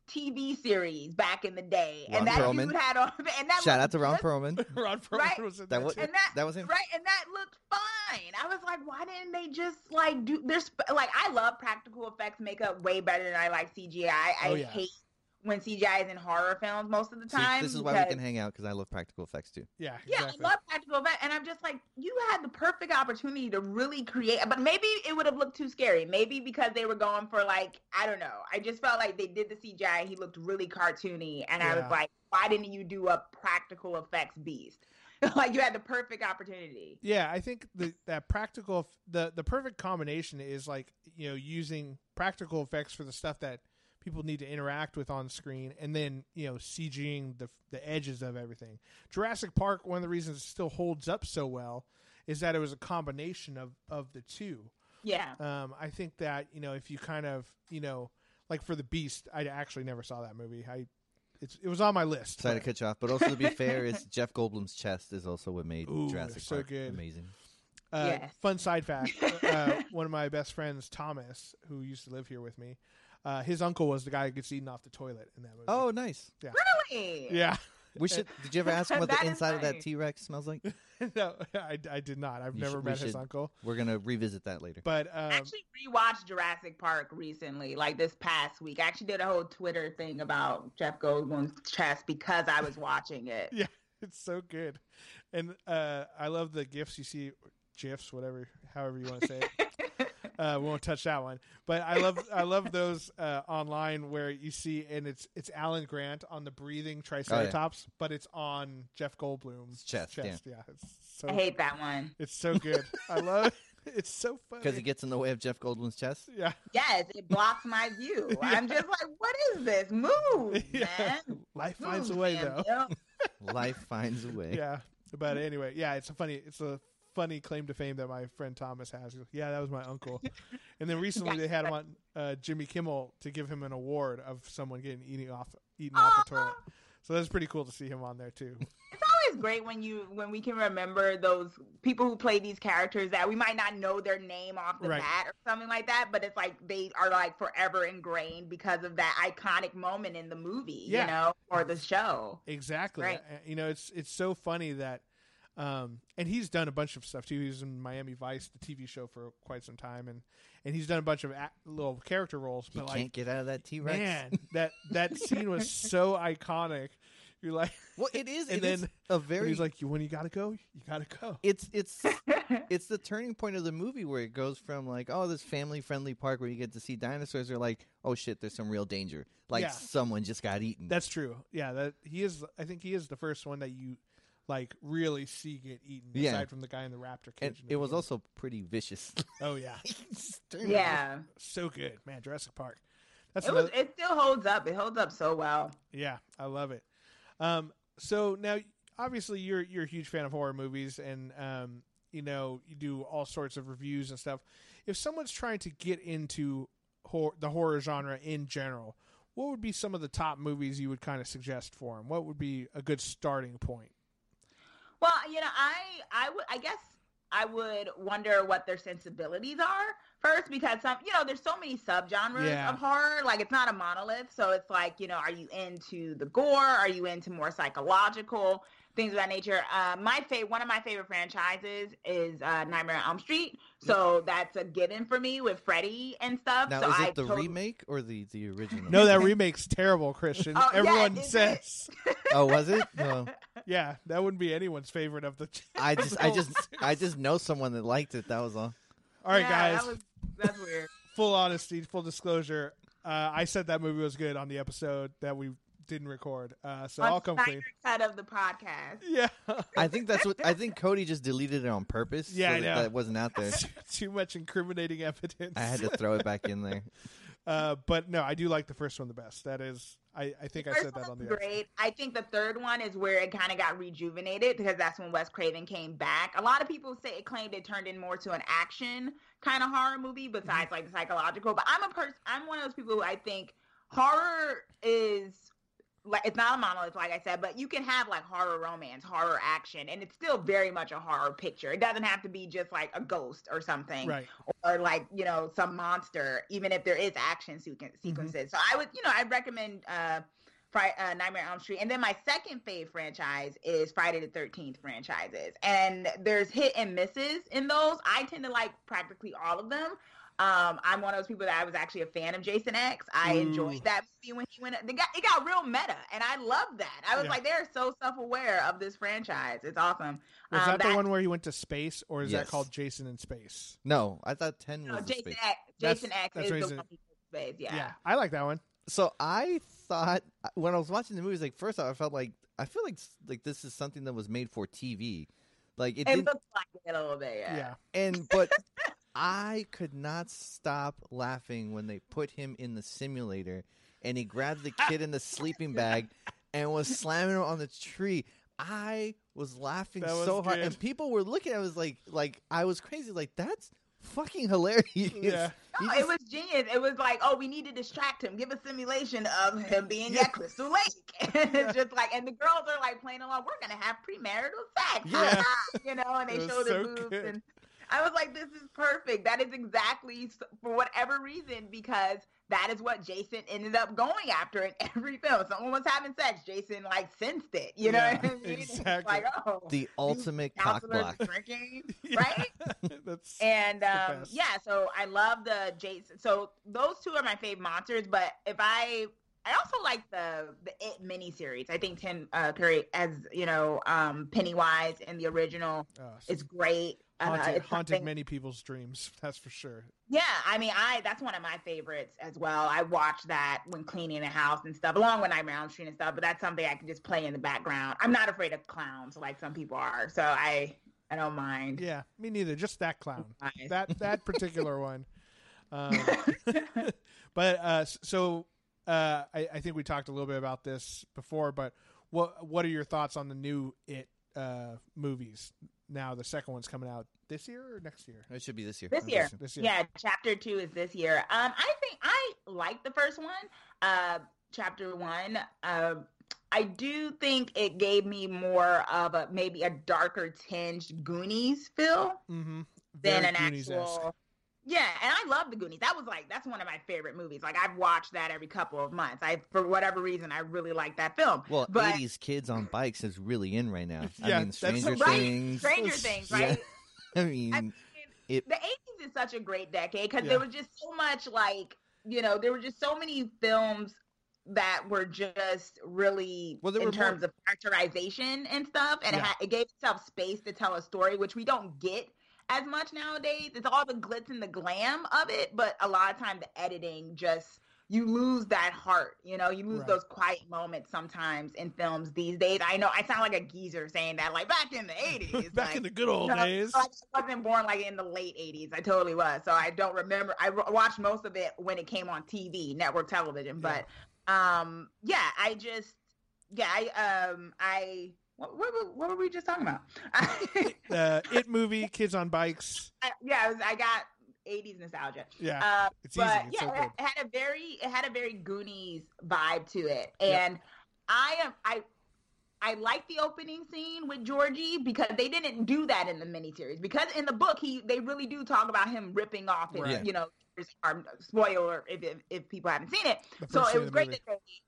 TV series back in the day, and that
Ron
dude
Perlman.
had on. And that
Shout
looked
out to Ron
just-
Perlman.
Ron Perlman
Right.
was in
That
that.
was
too.
And that
that was him.
Right, and that looked fine. I was like, why didn't they just like do? There's like, I love practical effects makeup way better than I like CGI. I
Oh, yeah.
hate when CGI is in horror films most of the
See,
time.
this is why we
because-
can hang out because I love practical effects too.
yeah,
yeah,
exactly.
I love practical effects, and I'm just like, you had the perfect opportunity to really create, but maybe it would have looked too scary. Maybe because they were going for like, I don't know. I just felt like they did the CGI. He looked really cartoony, and I was
Yeah.
like, why didn't you do a practical effects beast? like you had the perfect opportunity.
Yeah, I think the, that practical f- the the perfect combination is like you know using practical effects for the stuff that people need to interact with on screen, and then you know CGing the the edges of everything. Jurassic Park, one of the reasons it still holds up so well, is that it was a combination of of the two.
Yeah.
Um, I think that you know if you kind of you know like for the Beast, I actually never saw that movie. I it's it was on my list.
Sorry to
but-
cut you off, but also to be fair, is Jeff Goldblum's chest is also what made
Ooh,
Jurassic
so
Park
good.
amazing.
Uh,
Yes.
Fun side fact: uh, one of my best friends, Thomas, who used to live here with me, uh, his uncle was the guy who gets eaten off the toilet in that movie.
Oh, nice.
Really?
yeah,
We should. Did you ever ask him what
That
the
is
inside of that
nice.
T Rex smells like?
no, I, I did not. I've
You
never
should- we
met his
should-
uncle,
We're gonna revisit that later.
but um,
I actually rewatched Jurassic Park recently, like this past week. I actually did a whole Twitter thing about Jeff Goldblum's chest because I was watching it.
it's so good. And uh, I love the gifs you see, gifs, whatever, however you want to say it. uh, we won't touch that one. But I love I love those uh, online where you see and it's it's Alan Grant on the breathing Triceratops, but it's on Jeff Goldblum's
His Oh, chest, yeah.
yeah. It's so
I hate that one.
it's so good. I love it's so funny.
Because it gets in the way of Jeff Goldblum's chest.
yeah,
Yes, it blocks my view. I'm just like, what is this? Move,
Yeah.
man.
life finds
Oh,
a
Move,
way
Sam
though.
Neill.
Life finds a way.
Yeah, but anyway, yeah, it's a funny it's a funny claim to fame that my friend Thomas has. He goes, Yeah, that was my uncle. And then recently they had him on uh, Jimmy Kimmel to give him an award of someone getting eating off eaten off the
Aw.
toilet. So that's pretty cool to see him on there too.
It's always great when you when we can remember those people who play these characters that we might not know their name off the
Right.
bat or something like that, but it's like they are like forever ingrained because of that iconic moment in the movie,
Yeah.
you know, or the show.
Exactly.
Right.
Uh, You know, it's it's so funny that um and he's done a bunch of stuff too. He was in Miami Vice, the TV show for quite some time and and he's done a bunch of a- little character roles,
He
but
can't
like
get out of that T Rex.
man, that that scene was so iconic. You're like
Well, it is.
And
it is
then-
a
and
very.
he's like, "You when you got to go, you got to go."
it's it's it's the turning point of the movie where it goes from like oh this family friendly park where you get to see dinosaurs or like oh shit there's some real danger like
Yeah.
someone just got eaten
That's true. Yeah, that he is I think he is the first one that you like really see get eaten
Yeah.
aside from the guy in the raptor
and
cage. in the
it was
beginning.
also pretty vicious
Oh yeah.
It's terrible.
yeah.
So good. Man, Jurassic Park. That's
It was
another-
it still holds up. It holds up so well.
Yeah, I love it. Um, so now, obviously, you're you're a huge fan of horror movies, and um, you know you do all sorts of reviews and stuff. If someone's trying to get into hor- the horror genre in general, what would be some of the top movies you would kind of suggest for them? What would be a good starting point?
Well, you know, I I would I guess I would wonder what their sensibilities are first because some you know, there's so many subgenres
Yeah.
of horror. Like it's not a monolith. So it's like, you know, are you into the gore? Are you into more psychological things of that nature? Uh, my favorite one of my favorite franchises is uh, Nightmare on Elm Street. So that's a given for me with Freddy and stuff.
now
so
is
I
it the
totally-
remake or the the original
No, that remake's terrible, Christian.
Oh, yeah,
Everyone
is it?
says,
oh was it no
yeah, that wouldn't be anyone's favorite of the.
i just i just i just know someone that liked it that was all
all right,
Yeah,
guys.
That was, that's weird.
full honesty, full disclosure, uh, I said that movie was good on the episode that we didn't record. Uh, so
On
I'll come clean.
Snyder cut of the podcast.
Yeah,
i think that's what i think cody just deleted it on purpose
Yeah,
so
I
that,
know.
that wasn't out there
too much incriminating evidence.
i had to throw it back in there
Uh, but no, I do like the first one the best. That is, I, I think I said
First
that on
one's
the.
great. I think the third one is where it kind of got rejuvenated because that's when Wes Craven came back. A lot of people say it claimed it turned in more to an action kind of horror movie
Mm-hmm.
besides like the psychological. But I'm a person. I'm one of those people who I think horror is like it's not a monolith, like I said, but you can have like horror romance, horror action, and it's still very much a horror picture. It doesn't have to be just like a ghost or something
Right.
or like you know some monster even if there is action sequen- sequences so i would you know i recommend uh, Fri- uh nightmare on elm street and then my second fave franchise is friday the 13th franchises and there's hit and misses in those i tend to like practically all of them um, I'm one of those people that I was actually a fan of Jason X. I
Ooh.
enjoyed that movie when he went. It got, it got real meta, and I love that. I was
Yeah.
like, they're so self-aware of this franchise. It's awesome.
Was
Um,
that the
that-
one where he went to space, or is
Yes.
that called Jason in Space?
No, I thought ten
No,
was the
Oh, Jason
space.
X.
That's-
Jason X
that's
is
what he's
the
in.
one. who plays, yeah.
I like that one.
So I thought when I was watching the movies, like first off, I felt like I feel like like this is something that was made for TV, like it
It
didn't,
looks like it a little bit, yeah.
Yeah,
and but I could not stop laughing when they put him in the simulator and he grabbed the kid in the sleeping bag and was slamming him on the tree. I was laughing
That was
so hard,
good.
and people were looking at us like like I was crazy. Like that's fucking hilarious.
Yeah.
You
No,
just-
Oh, it was genius. It was like, oh, we need to distract him. Give a simulation of him being
Yeah.
at Crystal Lake. And it's just like, and the girls are like playing along. We're gonna have premarital sex,
Yeah.
you know. And
It
they
was
show the
so
boobs,
good.
and I was like, this is perfect. That is exactly s- for whatever reason because that is what Jason ended up going after in every film. Someone was having sex. Jason like sensed it, you know.
Yeah,
what I mean? It's
exactly.
Like, oh,
the ultimate cock
counselors
block.
drinking,
Yeah.
right?
that's
And
It's the
um,
best.
yeah, so I love the Jason. So those two are my favorite monsters. But if I, I also like the the It miniseries. I think Tim uh, Curry as you know um, Pennywise in the original
oh,
is great. uh,
haunted,
it's
haunted
something-
many people's dreams. That's for sure.
yeah, I mean, I that's one of my favorites as well. I watch that when cleaning the house and stuff, along with Nightmare on Elm Street and stuff. But that's something I can just play in the background. I'm not afraid of clowns like some people are, so I I don't mind.
Yeah, me neither. Just that clown.
I-
that that particular one. Um, but uh, s- so uh, I, I think we talked a little bit about this before. But what what are your thoughts on the new It uh, movies? Now the second one's coming out this year or next year?
It should be this year.
This year.
This year.
Yeah, chapter two is this year. Um, I think I like the first one. Uh, chapter one. Uh, I do think it gave me more of a maybe a darker tinged Goonies feel
Mm-hmm.
than an actual. Yeah, and I love the Goonies. That was like that's one of my favorite movies. Like I've watched that every couple of months. I for whatever reason I really like that film.
Well,
But-
80s kids on bikes is really in right now. I
Yeah,
mean,
that's
Stranger
right.
Things.
Stranger
It's-
Things,
yeah.
right?
I mean, it.
the 80s is such a great decade because
Yeah.
there was just so much like you know there were just so many films that were just really
Well, there
in
were more-
terms of characterization and stuff and it,
Yeah.
ha- it gave itself space to tell a story which we don't get as much nowadays it's all the glitz and the glam of it but a lot of time the editing just you lose that heart you know you lose
Right.
those quiet moments sometimes in films these days i know i sound like a geezer saying that like back in the 80s
Back
like,
in the good old
no,
days.
I wasn't born like in the late '80s. I totally was, so I don't remember. I wa- watched most of it when it came on TV, network television. But um, yeah, I just yeah, I um, I what, what, were- what were we just talking about? I,
The Uh, It movie, kids on bikes.
yeah, it was, I got '80s nostalgia.
Yeah,
Um,
it's easy.
but
It's
yeah,
so
it,
good.
had- it had a very it had a very Goonies vibe to it,
Yep.
and I am I. I like the opening scene with Georgie because they didn't do that in the miniseries. Because in the book, he they really do talk about him ripping off his,
Right.
you know, his arm. Spoiler if, if if people haven't seen it.
The
So
first
it
scene
was
of the
great
movie.
that they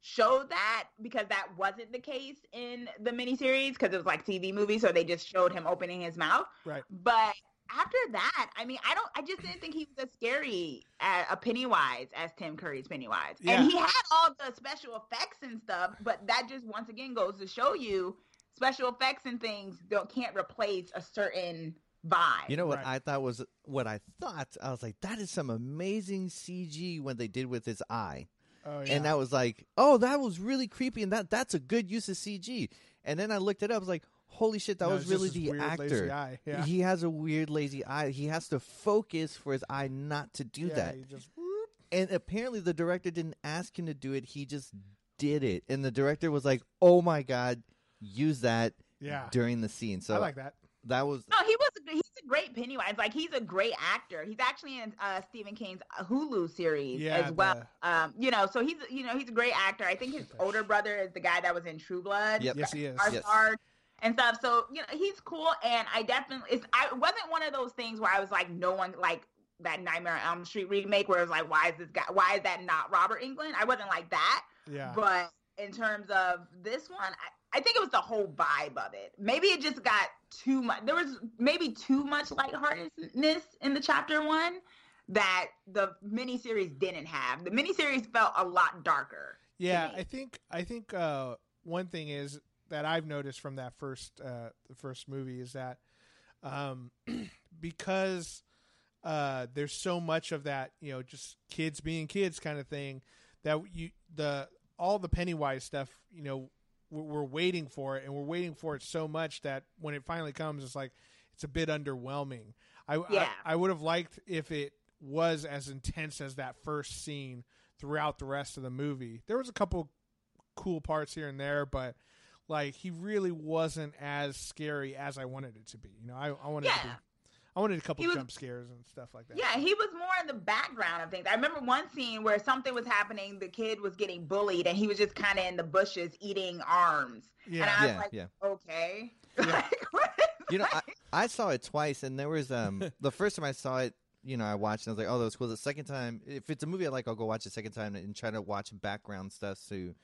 showed that because that wasn't the case in the miniseries because it was like TV movie. So they just showed him opening his mouth.
Right.
But after that, I mean, I don't. I just didn't think he was as scary uh, a a Pennywise as Tim Curry's Pennywise,
Yeah.
and he had all the special effects and stuff. But that just once again goes to show you special effects and things don't can't replace a certain vibe.
You know what
Right.
I thought was what I thought. I was like, that is some amazing CG when they did with his eye,
Oh, yeah.
and I was like, oh, that was really creepy, and that that's a good use of CG. And then I looked it up. I was like, holy shit, that
No,
was
it's just
really
this
the
weird,
actor.
Lazy eye. Yeah.
He has a weird lazy eye. He has to focus for his eye not to do
yeah,
that.
he just, whoop.
And apparently the director didn't ask him to do it, he just did it. And the director was like, "Oh my god, use that
Yeah,
during the scene." So
I like that.
that was
No, he was. He's a great Pennywise. Like he's a great actor. He's actually in uh, Stephen King's Hulu series
Yeah,
as well. Um, you know, so he's you know he's a great actor. I think his older brother is the guy that was in True Blood.
Yep.
Yes, he is.
Skarsgård
Yes.
and stuff. So you know he's cool, and I definitely it's, I it wasn't one of those things where I was like no one like that Nightmare on Elm Street remake where it was like why is this guy why is that not Robert England? I wasn't like that,
Yeah,
but in terms of this one. I, I think it was the whole vibe of it. Maybe it just got too much. There was maybe too much lightheartedness in the chapter one that the miniseries didn't have. The miniseries felt a lot darker.
yeah.
me.
I think I think uh, one thing is that I've noticed from that first uh, the first movie is that um, because uh, there's so much of that, you know, just kids being kids kind of thing that you the all the Pennywise stuff, you know, we're, we're waiting for it and we're waiting for it so much that when it finally comes, it's like it's a bit underwhelming. I
Yeah.
I, I would have liked if it was as intense as that first scene throughout the rest of the movie. There was a couple cool parts here and there, but like he really wasn't as scary as I wanted it to be. You know, I, I wanted it to be
Yeah.
I wanted a couple
He was-
jump scares and stuff like that.
Yeah, he was more in the background of things. I remember one scene where something was happening, the kid was getting bullied, and he was just kind of in the bushes eating arms. And
yeah,
I was
Yeah,
like,
yeah.
okay.
Yeah.
Like, what is
you know, I,
that?
I saw it twice, and there was um the first time I saw it, you know, I watched and I was like, oh, that was cool. The second time, if it's a movie I like, I'll go watch the second time and try to watch background stuff to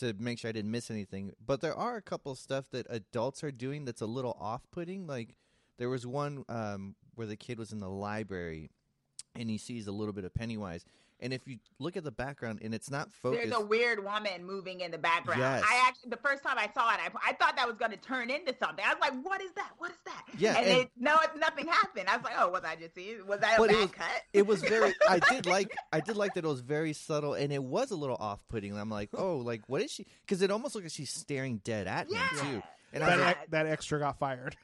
to make sure I didn't miss anything. But there are a couple stuff that adults are doing that's a little off putting. Like there was one um where the kid was in the library and he sees a little bit of Pennywise, and if you look at the background and it's not focused.
There's a weird woman moving in the background.
Yes.
I actually, the first time I saw it, I, I thought that was going to turn into something. I was like, what is that? What is that?
Yeah,
And,
and-
it, no, it's nothing happened. I was like, oh, was I just see? Was that a
But it
bad
was-
cut?
it was very i did like i did like that it was very subtle and it was a little off-putting i'm like oh like what is she because it almost looked like she's staring dead at
yeah.
him too and i
that,
was like,
ex- that extra got fired.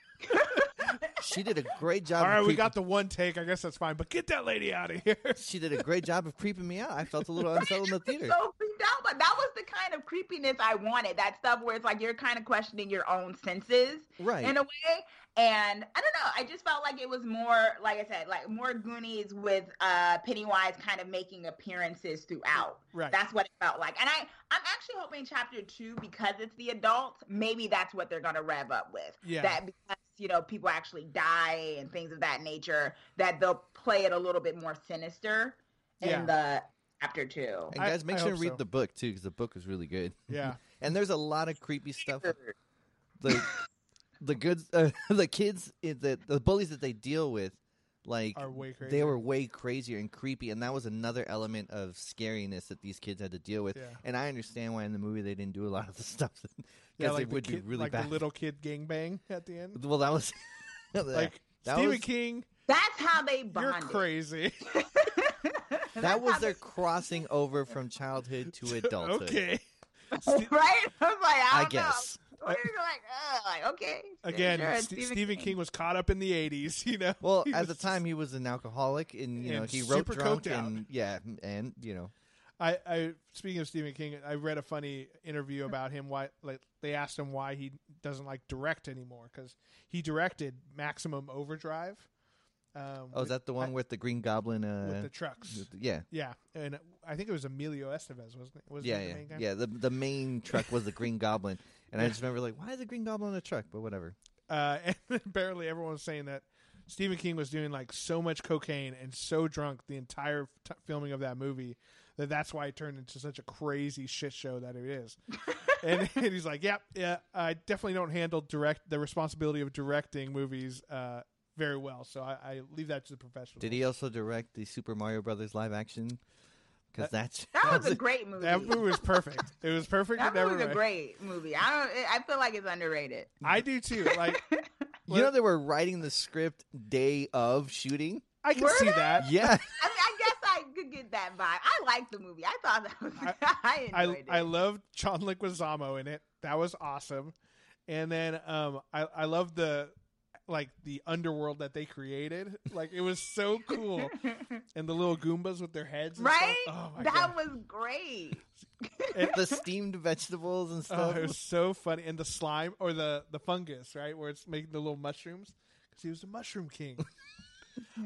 she did a great job
All right,
of
we
creep-
got the one take. I guess that's fine, but get that lady out of here.
she did a great job of creeping me out i felt a little unsettled in the theater
so creeped out, but that was the kind of creepiness I wanted. That stuff where it's like you're kind of questioning your own senses
right
in a way. And I don't know, I just felt like it was more, like I said, like more Goonies with uh, Pennywise kind of making appearances throughout.
right.
That's what it felt like. And I, I'm actually hoping chapter two, because it's the adults, maybe that's what they're going to rev up with.
Yeah.
That because, you know, people actually die and things of that nature, that they'll play it a little bit more sinister
Yeah.
in the chapter two.
and
I-
guys make
I
sure to
hope
read
so.
the book too because the book is really good
yeah.
and there's a lot of creepy stuff the the goods uh, the kids in the the bullies that they deal with like
Are way crazy.
they were way crazier and creepy and that was another element of scariness that these kids had to deal with
Yeah.
and i understand why in the movie they didn't do a lot of the stuff because
Yeah, like
it would
the kid,
be really
like
bad
the little kid gangbang at the end.
well that was
Like
That
Stephen
was-
King,
That's how they
you're
bonded.
crazy.
that was
how
their crossing over from childhood to adulthood
okay.
they- right? I was like, I,
i
don't
guess
Know. Or you're like, uh, like okay.
Again,
sure,
Ste-
Stephen
Stephen King. was caught up in the '80s. You know.
well
He
at the
was-
time he was an alcoholic and you know
And
he wrote
super
drunk
coked out.
and yeah and you know
I, I speaking of Stephen King, I read a funny interview about him. Why, like, they asked him why he doesn't like direct anymore because he directed Maximum Overdrive. Um,
oh is
with,
that the one with the green goblin uh
with the trucks?
with the- yeah
yeah, and I think it was Emilio Estevez, wasn't it? Wasn't
yeah,
he the
yeah,
main guy?
yeah. The the main truck was the Green Goblin, and I just remember like, why is the Green Goblin in a truck? But whatever.
Uh, and apparently, everyone was saying that Stephen King was doing like so much cocaine and so drunk the entire t- filming of that movie that that's why it turned into such a crazy shit show that it is. and, and he's like, "Yep, yeah, I definitely don't handle direct the responsibility of directing movies uh, very well, so I, I leave that to the professionals."
Did he also direct the Super Mario Brothers live action?
Uh,
Because that's
That was a great movie.
That movie was perfect. It was perfect.
That
in every
movie was
way.
a great movie. I don't. I feel like it's underrated.
I do too. Like
you know they were writing the script day of shooting.
I can
Were
see
they?
that.
Yeah,
I mean, I guess I could get that vibe. I liked the movie. I thought that was. I,
I
enjoyed
I
it.
loved John Leguizamo in it. That was awesome. And then um, I I love the like the underworld that they created. Like it was so cool, and the little Goombas with their heads, and
right?
Stuff. Oh my
that
god,
was great.
the steamed vegetables and
oh,
stuff.
it was so funny. And the slime or the the fungus, right, where it's making the little mushrooms because he was the mushroom king.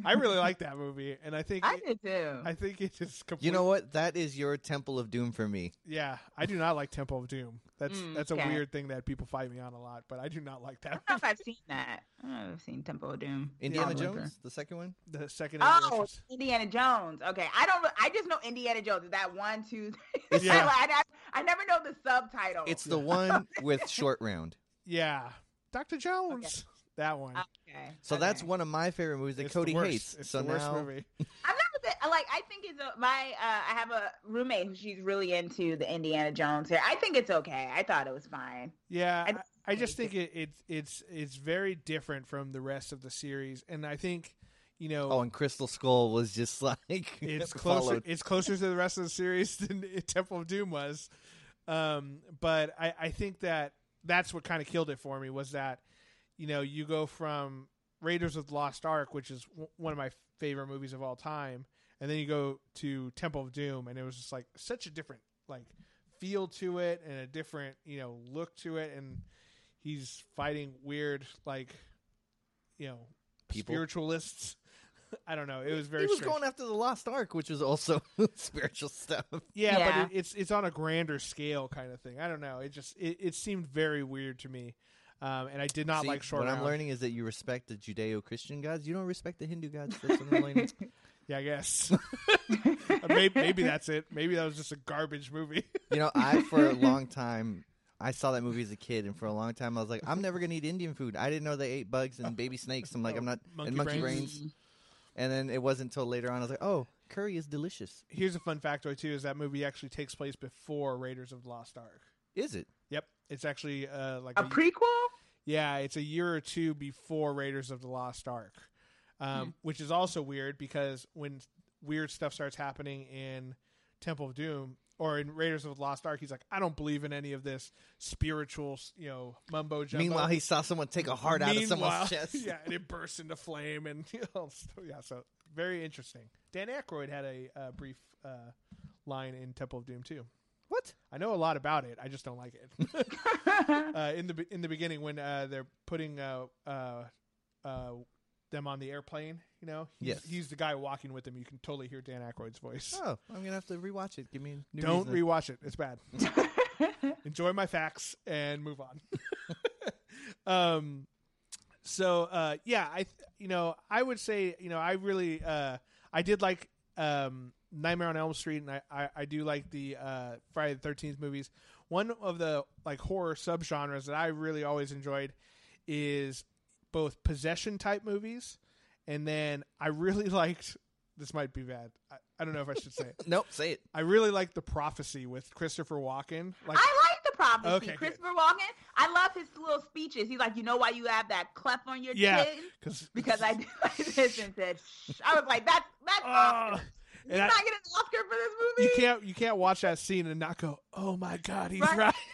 I really like that movie, and I think
I
it-
did too.
I think it is complete.
you know what? That is your Temple of Doom for me.
Yeah, I do not like Temple of Doom. That's
Mm,
that's a
okay.
weird thing that people fight me on a lot, but I do not like
I
that.
don't know if I've seen that. I don't know if I've seen Temple of Doom.
Indiana
Probably.
Jones, the second one.
the second.
Oh,
iteration.
Indiana Jones. Okay, I don't. know- I just know Indiana Jones. Is that one, two? three?
Yeah.
I, I, I never know the
Oh,
subtitle.
It's the one with Short Round.
yeah, Doctor Jones. That one.
okay.
So that's
okay.
one of my favorite movies that
It's the
Ah, Cody
worst.
hates.
It's
so
the worst
now
movie.
I'm not a bit like I think it's a, my uh, I have a roommate who she's really into the Indiana Jones here. I think it's okay. I thought it was fine.
Yeah,
I-
I, I just think it, it it's it's very different from the rest of the series, and I think you know
Oh, and Crystal Skull was just like
it's closer
followed.
it's closer to the rest of the series than Temple of Doom was. Um, but I, I think that that's what kind of killed it for me was that you know you go from Raiders of the Lost Ark, which is w- one of my favorite movies of all time, and then you go to Temple of Doom, and it was just like such a different like feel to it and a different you know look to it, and he's fighting weird like you know
People.
spiritualists. I don't know. It was very.
he was
strange.
going after the Lost Ark, which was also spiritual stuff.
Yeah,
Yeah.
but it, it's it's on a grander scale kind of thing. I don't know. It just it, it seemed very weird to me, um, and I did not
See,
like short.
what I'm
Round.
learning is that you respect the Judeo-Christian gods. You don't respect the Hindu gods. That's what I'm learning.
Yeah, I guess. maybe, maybe that's it. Maybe that was just a garbage movie.
You know, I for a long time I saw that movie as a kid, and for a long time I was like, I'm never gonna eat Indian food. I didn't know they ate bugs and baby snakes. I'm like, I'm not
Monkey
and monkey
brains.
brains.
Mm.
And then it wasn't until later on I was like, oh, curry is delicious.
Here's a fun factoid too: is that movie actually takes place before Raiders of the Lost Ark.
Is it?
Yep, it's actually uh, like
A
a-
prequel?
Yeah, it's a year or two before Raiders of the Lost Ark,
Hmm.
um, which is also weird because when weird stuff starts happening in Temple of Doom or in Raiders of the Lost Ark, he's like, I don't believe in any of this spiritual, you know, mumbo jumbo.
Meanwhile, he saw someone take a heart out of
Meanwhile-
someone's chest.
yeah, and it bursts into flame, and you know, so- yeah, so very interesting. Dan Aykroyd had a uh, brief uh, line in Temple of Doom too.
What?
I know a lot about it. I just don't like it. uh, in the be- in the beginning, when uh, they're putting uh, uh, uh, them on the airplane, you know, he's,
Yes.
he's the guy walking with them. You can totally hear Dan Aykroyd's voice.
Oh, I'm gonna have to rewatch it. Give me a new
don't
reason.
rewatch it. It's bad. Enjoy my facts and move on. um, so uh, yeah, I th- you know I would say you know I really uh, I did like um, Nightmare on Elm Street and I I, I do like the uh, Friday the Thirteenth movies. One of the like horror subgenres that I really always enjoyed is both possession type movies, and then I really liked. This might be bad. I, I don't know if I should say it.
Nope, say it.
I really like the prophecy with Christopher Walken. Like,
I like the prophecy.
Okay, good.
Christopher Walken. I love his little speeches. He's like, you know why you have that cleft on your
Yeah.
chin?
because
Because I did like this and said, Shh. I was like, that's that's Oscar.
Ah,
Did
and I-
not get an Oscar for this movie?
you can't you can't watch that scene and not go, oh my god, he's right.
Right.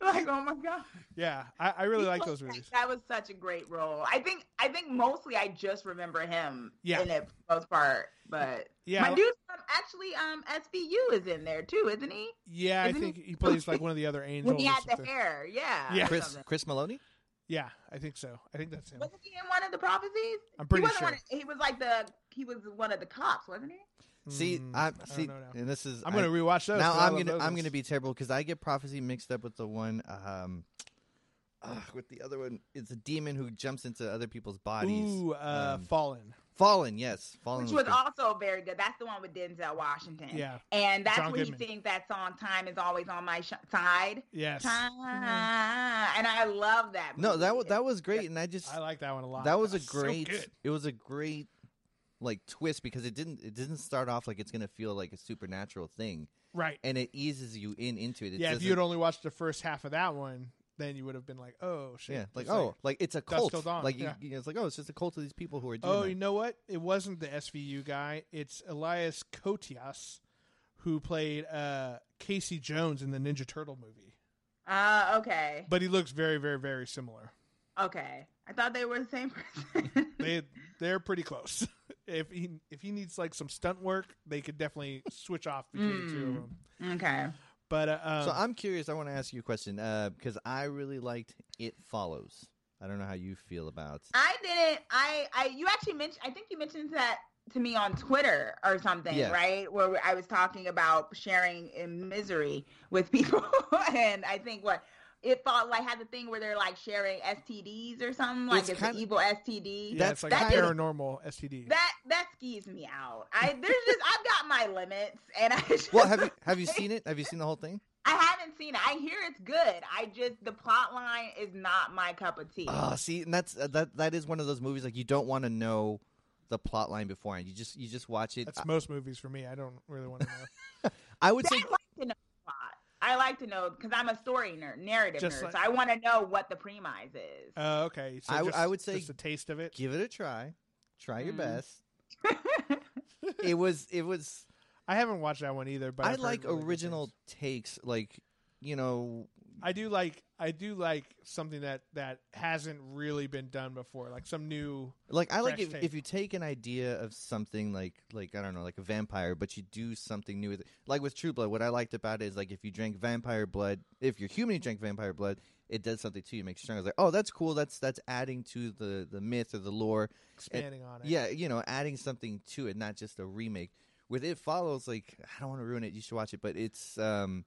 Like, oh my god.
Yeah, I, I really
He
like
was
those
such-
movies.
That was such a great role. I think I think mostly I just remember him
Yeah.
in it for the most part. But
Yeah,
my
I-
dude from actually um SVU is in there too, isn't he?
Yeah, I
Isn't
think
he-
he plays like one of the other angels.
When he
or
had the
something.
hair, yeah.
Yeah.
or
Chris
something.
Chris Maloney?
Yeah, I think so. I think that's him.
Wasn't he in one of the prophecies?
I'm pretty
he wasn't
sure.
One of, he was like the he was one of the cops, wasn't he?
See,
Mm,
I
don't
see,
know now.
and this is
I'm gonna
I-
rewatch those.
now
'cause I
I'm
love
gonna
those
I'm
ones.
gonna be terrible because I get prophecy mixed up with the one um uh, with the other one. It's a demon who jumps into other people's bodies.
Ooh, uh,
Um,
Fallen.
Fallen, yes, Fallen.
Which
was
was
Ah.
good.
also very good. That's the one with Denzel Washington.
Yeah.
And that's
John
where
Goodman.
he sings that song "Time is always on my sh- side."
Yes,
Time, and I love that.
no, that was
movie.
that was great, and I just
I like that one a lot.
that was a
That's so
great.
good.
it was a great like twist because it didn't it didn't start off like it's gonna feel like a supernatural thing,
right.
and it eases you in into it. it
yeah, if you
doesn't-
had only watched the first half of that one, then you would have been like, oh shit.
Yeah, like
It's
oh, like, it's a cult.
Till Dawn,
Like you-
yeah.
you know, it's like oh, it's just a cult of these people who are doing.
Oh,
that.
you know what? It wasn't the SVU guy. It's Elias Koteas, who played uh, Casey Jones in the Ninja Turtle movie.
Uh, okay.
But he looks very, very, very similar.
Okay, I thought they were the same person.
They they're pretty close. If he if he needs like some stunt work, they could definitely switch off between the two of
Mm.
them.
okay.
But uh, um,
so I'm curious. I want to ask you a question because I really liked It Follows. I don't know how you feel about.
I didn't. I, I, you actually mentioned. I think you mentioned that to me on Twitter or something,
Yes.
right? Where I was talking about sharing in misery with people, and I think what it felt like had the thing where they're like sharing STDs or something, like
It's
it's,
kinda-
an evil STD.
yeah,
that's
it's like
that
a
is-
paranormal STD.
That that skis me out. I there's just I've got my limits, and I just,
Well, have you have you seen it? Have you seen the whole thing?
I haven't seen it. I hear it's good. I just the plot line is not my cup of tea.
Oh, see, and that's uh, that that is one of those movies like you don't want to know the plot line beforehand. You just you just watch it.
That's most movies for me. I don't really want to know.
I, I would
I
say
like to know the plot. I like to know because I'm a story nerd, narrative
Just
nerd.
like-
so I want to know what the premise is.
Uh, okay, so
I w-
just,
I would say-
just a taste of it.
give it a try. Try your
Mm.
best. it was it was
I haven't watched that one either, but
I
I've heard
like
really good
original
things.
takes like you know
I do like I do like something that that hasn't really been done before, like some new.
like I like
Fresh
if,
take.
if you take an idea of something like like I don't know like a vampire but you do something new with it. Like with True Blood what I liked about it is like if you drank vampire blood if you're human you drink vampire blood it does something to you makes you stronger. It's like oh that's cool that's that's adding to the the myth or the lore
Expanding on it,
Yeah, you know, adding something to it, not just a remake. With it follows, like I don't want to ruin it. You should watch it, but it's um,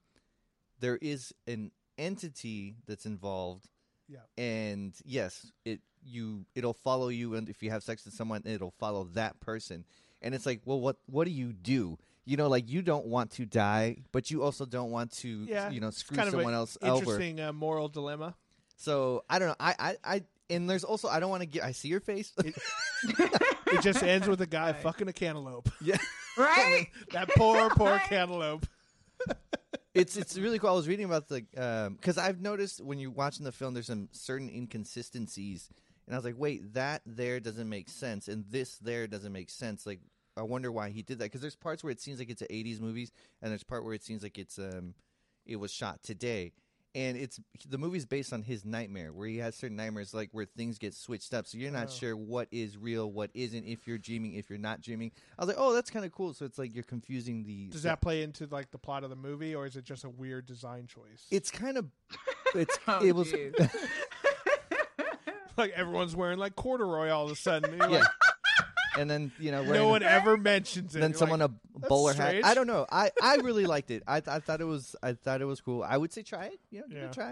there is an entity that's involved.
Yeah.
and yes, it you it'll follow you, and if you have sex with someone, it'll follow that person. And it's like, well, what what do you do? You know, like you don't want to die, but you also don't want to,
Yeah,
you know, screw
kind of a
someone else over.
interesting uh, moral dilemma.
So I don't know. I I, I and there's also I don't want to get. I see your face.
It just ends with a guy
Right.
fucking a cantaloupe.
yeah.
right?
That poor, poor
Right.
cantaloupe.
it's it's really cool. I was reading about the because I've noticed when you're watching the film, there's some certain inconsistencies, and I was like, wait, that there doesn't make sense, and this there doesn't make sense. Like, I wonder why he did that because there's parts where it seems like it's a '80s movies, and there's part where it seems like it's um, it was shot today. And it's the movie's based on his nightmare, where he has certain nightmares, like where things get switched up, so you're not
Oh.
sure what is real, what isn't, if you're dreaming, if you're not dreaming. I was like, oh, that's kind of cool. So it's like you're confusing the
Does
the
that play into like the plot of the movie, or is it just a weird design choice?
it's kind of it's
Oh,
it was
geez.
like everyone's wearing like corduroy all of a sudden. You're
yeah
like,
and then you know wearing
no
a-
one ever mentions it.
then
You're
someone
like,
a bowler hat
strange.
i don't know i i really liked it I, I thought it was i thought it was cool i would say try it you know give it
Yeah.
a try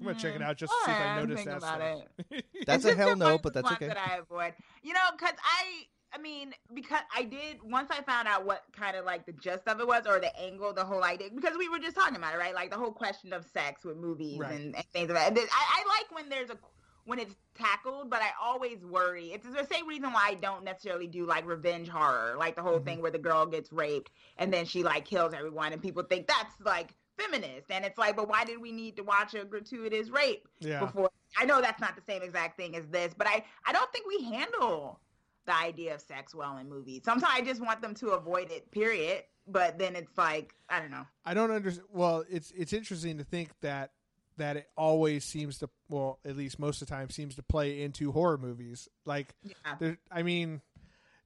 I'm gonna check it out just
All
to see if
right,
I
Mm. I'm
notice
thinking
that.
about
stuff.
it.
that's
It's
a
just
hell
the
no
ones-
but that's
ones
okay
That I avoid, you know, because I, I mean, because I did once I found out what kind of like the gist of it was or the angle, the whole idea, because we were just talking about it, right? Like the whole question of sex with movies
Right.
and, and things like that. I, I like when there's a when it's tackled, but I always worry. It's the same reason why I don't necessarily do like revenge horror, like the whole
Mm-hmm.
Mhm.
thing where the girl gets raped and then she like kills everyone, and people think that's like feminist, and it's like, but why did we need to watch a gratuitous rape?
Yeah,
before. I know that's not the same exact thing as this, but I I don't think we handle the idea of sex well in movies. Sometimes I just want them to avoid it, period. But then it's like I don't know.
I don't understand. Well, it's it's interesting to think that that it always seems to well, at least most of the time, seems to play into horror movies. Like
Yeah.
there, I mean,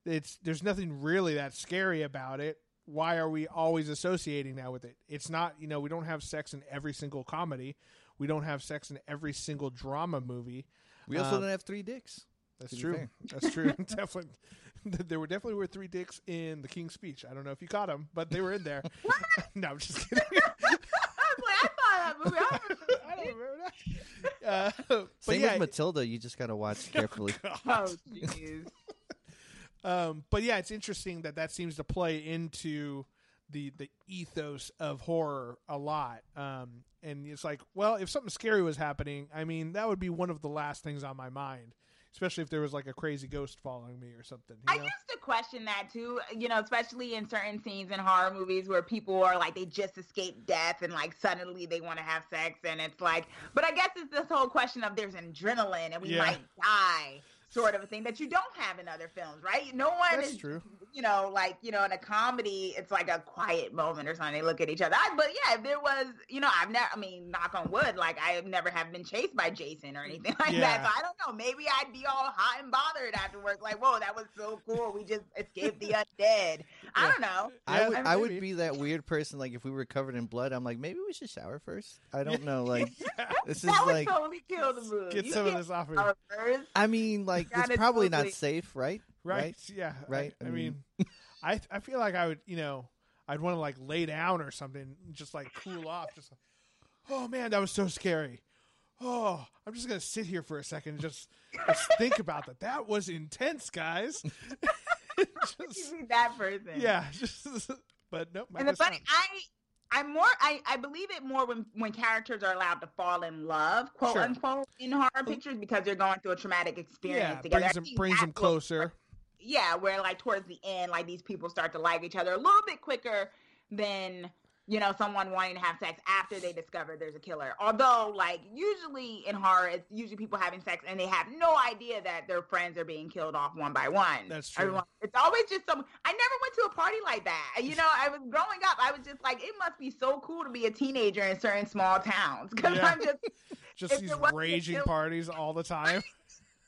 it's there's nothing really that scary about it. Why are we always associating that with it? It's not, you know, we don't have sex in every single comedy. We don't have sex in every single drama movie.
we also
Um,
don't have three dicks
That's
To be
true.
fair.
That's true. definitely, there were definitely were three dicks in the King's Speech. I don't know if you caught them, but they were in there. no, I'm just kidding.
I was like, I saw that movie. I don't remember
I don't remember that. Uh, but
same
yeah,
with matilda you just gotta watch carefully
God.
Oh jeez.
Um, but yeah, it's interesting that that seems to play into the the ethos of horror a lot. Um, and it's like, well, if something scary was happening, I mean, that would be one of the last things on my mind, especially if there was like a crazy ghost following me or something. You
I
know?
used to question that too, you know, especially in certain scenes in horror movies where people are like they just escaped death and like suddenly they want to have sex and it's like, but I guess it's this whole question of there's adrenaline and we
Yeah.
might die. sort of a thing that you don't have in other films, right? No one
That's
is,
true.
you know, like you know, in a comedy, it's like a quiet moment or something. They look at each other. I, but yeah, if there was, you know, I've never, I mean, knock on wood, like I have never have been chased by Jason or anything like that.
Yeah.
So I don't know. Maybe I'd be all hot and bothered afterwards, like, whoa, that was so cool. We just escaped the undead. I
Yeah.
don't know.
I
Yeah,
would, I would
maybe.
be that weird person. Like if we were covered in blood, I'm like, maybe we should shower first. I don't know. Like this is
that would
like,
totally kill the movie.
Get
You
some of
can't
this off of you.
shower first.
I mean, like
That
it's
is
probably
totally-
not safe, right?
right, yeah I-
Right,
i,
I
mean i i feel like i would you know i'd want to like lay down or something just like cool off just like oh man that was so scary oh i'm just gonna sit here for a second and just, just think about that that was intense guys just,
You'd be that person.
yeah just but nope I
and the
guess
funny,
not.
I, I'm more, I, I believe it more when when characters are allowed to fall in love, quote
Sure.
unquote, in horror pictures because they're going through a traumatic experience
yeah
together.
brings
I
them
think
brings
that's
them
what-
closer
yeah, where like towards the end, like these people start to like each other a little bit quicker than you know someone wanting to have sex after they discover there's a killer. Although, like usually in horror, it's usually people having sex and they have no idea that their friends are being killed off one by one.
That's true.
Everyone- it's always just some. I never went to a party like that. You know, I was growing up. I was just like, it must be so cool to be a teenager in certain small towns because
Yeah.
I'm just
just
if
these
there wasn't a
raging
killer-
parties all the time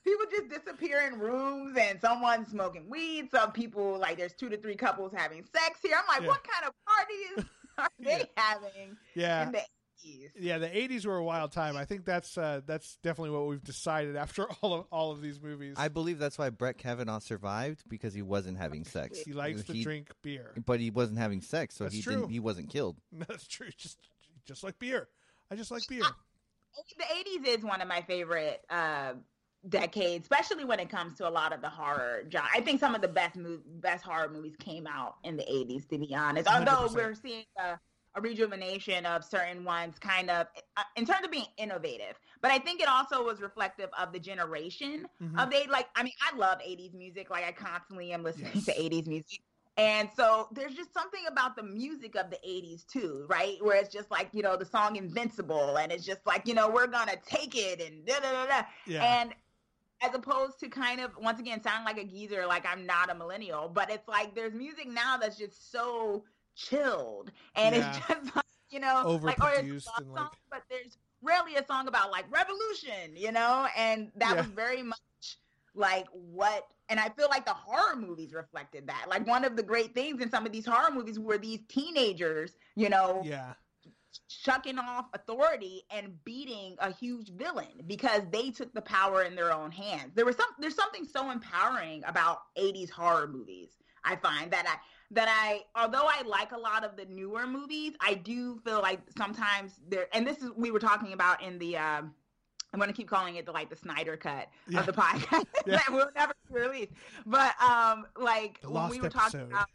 people just disappear in rooms and someone's smoking weed. Some people like there's two to three couples having sex here. I'm like,
Yeah.
what kind of party is are they having
yeah
in the eighties?
yeah, the '80s were a wild time. I think that's uh, that's definitely what we've decided after all of all of these movies.
I believe that's why Brett Kavanaugh survived because he wasn't having sex.
He likes to
He-
drink beer.
but he wasn't having sex, so
That's
he
true.
didn't. He wasn't killed.
No, that's true. Just just like beer. I just like beer.
The eighties is one of my favorite uh decades, especially when it comes to a lot of the horror genre. I think some of the best mov- best horror movies came out in the eighties, to be honest. Although
100%.
we are seeing a, a rejuvenation of certain ones, kind of uh, in terms of being innovative. But I think it also was reflective of the generation
Mhm.
Um, they like, I mean, I love 80s music. Like, I constantly am listening
Yes.
to 80s music. And so there's just something about the music of the 80s, too, right? Where it's just like, you know, the song Invincible, and it's just like, you know, we're going to take it and da da da da.
Yeah.
And as opposed to kind of once again sound like a geezer, like I'm not a millennial, but it's like there's music now that's just so chilled, and
Yeah.
it's just like, you know, like or
Overproduced
it's a
and,
love
like-
song, but there's rarely a song about like revolution, you know, and that
Yeah.
was very much like what. And I feel like the horror movies reflected that. Like one of the great things in some of these horror movies were these teenagers, you know,
yeah.
chucking off authority and beating a huge villain because they took the power in their own hands. There was some there's something so empowering about 80s horror movies. I find that I that I although I like a lot of the newer movies, I do feel like sometimes there and this is we were talking about in the um I'm going to keep calling it the like the Snyder cut
Yeah.
of the podcast
Yeah.
that will never be released. But um like
The
when we
lost
were talking
episode.
about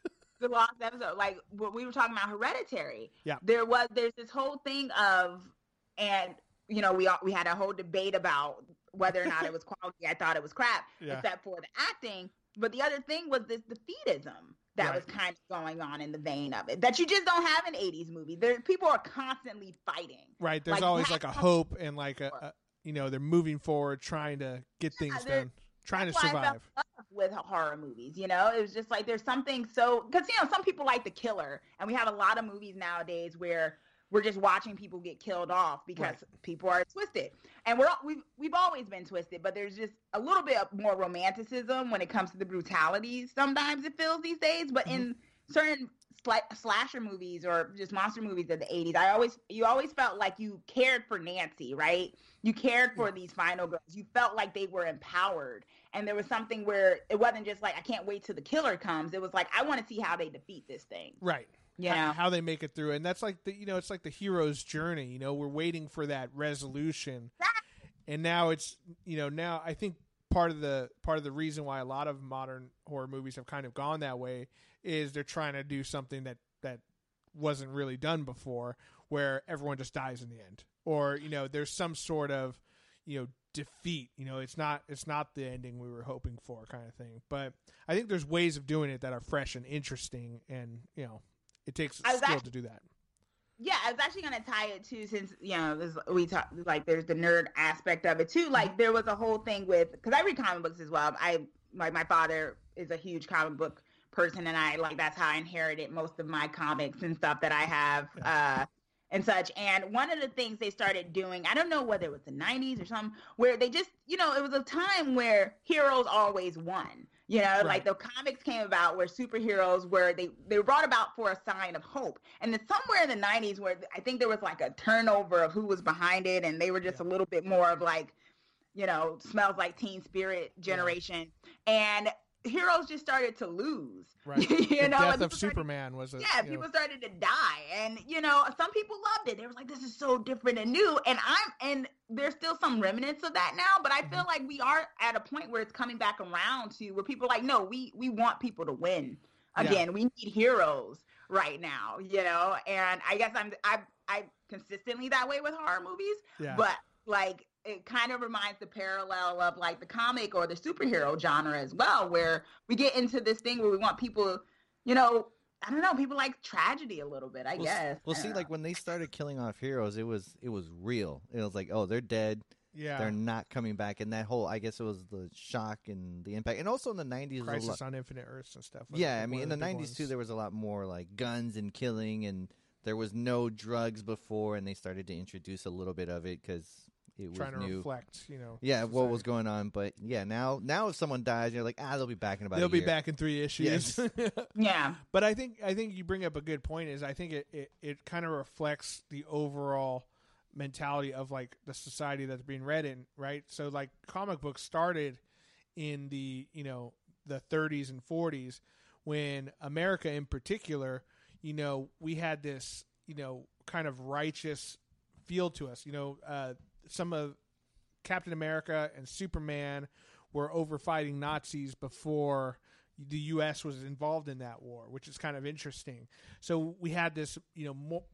the lost episode, like what we were talking about hereditary.
Yeah.
There was there's this whole thing of and you know, we all, we had a whole debate about whether or not it was quality. I thought it was crap,
Yeah.
except for the acting. But the other thing was this defeatism that
Right.
was kind of going on in the vein of it that you just don't have in 80s movies. There people are constantly fighting.
Right. There's
Like,
always
that-
like a hope and like a, a you know they're moving forward, trying to get things
there-
done, trying to
that's why I felt
survive.
with horror movies. You know, it was just like there's something so because you know some people like the killer, and we have a lot of movies nowadays where we're just watching people get killed off because people are twisted, and we're all- we've we've always been twisted, but there's just a little bit of more romanticism when it comes to the brutalities. Sometimes it feels these days, but in certain sli- slasher movies or just monster movies of the 80s i always you always felt like you cared for nancy right you cared for these final girls you felt like they were empowered and there was something where it wasn't just like i can't wait till the killer comes it was like i want to see how they defeat this thing
Right.
you
How,
know
how they make it through, and that's like the you know it's like the hero's journey. You know, we're waiting for that resolution, and now it's you know now I think part of the part of the reason why a lot of modern horror movies have kind of gone that way is they're trying to do something that that wasn't really done before where everyone just dies in the end or you know there's some sort of you know defeat you know it's not it's not the ending we were hoping for kind of thing but i think there's ways of doing it that are fresh and interesting and you know it takes
I was
skill to
actually-
do that
yeah, I was actually gonna tie it to since you know this, we talk like there's the nerd aspect of it too. Like there was a whole thing with because I read comic books as well. I like my father is a huge comic book person, and I like that's how I inherited most of my comics and stuff that I have uh, and such. And one of the things they started doing, I don't know whether it was the '90s or something, where they just you know it was a time where heroes always won. You know, right. like the comics came about where superheroes were they they were brought about for a sign of hope. And then somewhere in the '90s, where I think there was like a turnover of who was behind it, and they were just yeah. a little bit more of like, you know, smells like Teen Spirit generation, yeah. and heroes just started to lose.
Right.
you
the
know,
death
and
of Superman was a,
yeah.
you
People
know.
started to die, and you know, some people loved it. They were like, "This is so different and new." And I'm and there's still some remnants of that now, but I
Mm-hmm.
feel like we are at a point where it's coming back around to where people are like, "No, we we want people to win again.
Yeah.
We need heroes right now." You know, and I guess I'm I I consistently that way with horror movies,
yeah.
but like it kind of reminds the parallel of like the comic or the superhero genre as well, where we get into this thing where we want people, you know, I don't know, people like tragedy a little bit, I
Well, s-
guess.
Well,
I
see,
don't
like when they started killing off heroes, it was it was real. It was like, oh, they're dead.
yeah.
They're not coming back. And that whole, I guess, it was the shock and the impact. And also in the nineties,
Crisis on Infinite Earths and stuff. was
yeah, I
one
mean,
of
in
the
the
big
nineties too,
ones.
there was a lot more like guns and killing, and there was no drugs before, and they started to introduce a little bit of it because it was
trying to
new.
reflect, you know.
yeah, what was
society.
going on, but yeah, now now if someone dies, you're like, ah, they'll be back in about. a
They'll be
year.
back in three issues.
know. Uh, Yeah.
but I think I think you bring up a good point. Is I think it it, it kind of reflects the overall mentality of like the society that's being read in, right? So like comic books started in the you know the 30s and 40s when America in particular, you know, we had this you know kind of righteous feel to us. You know, uh, some of Captain America and Superman were over fighting Nazis before the U.S. was involved in that war, which is kind of interesting. So we had this, you know, mo-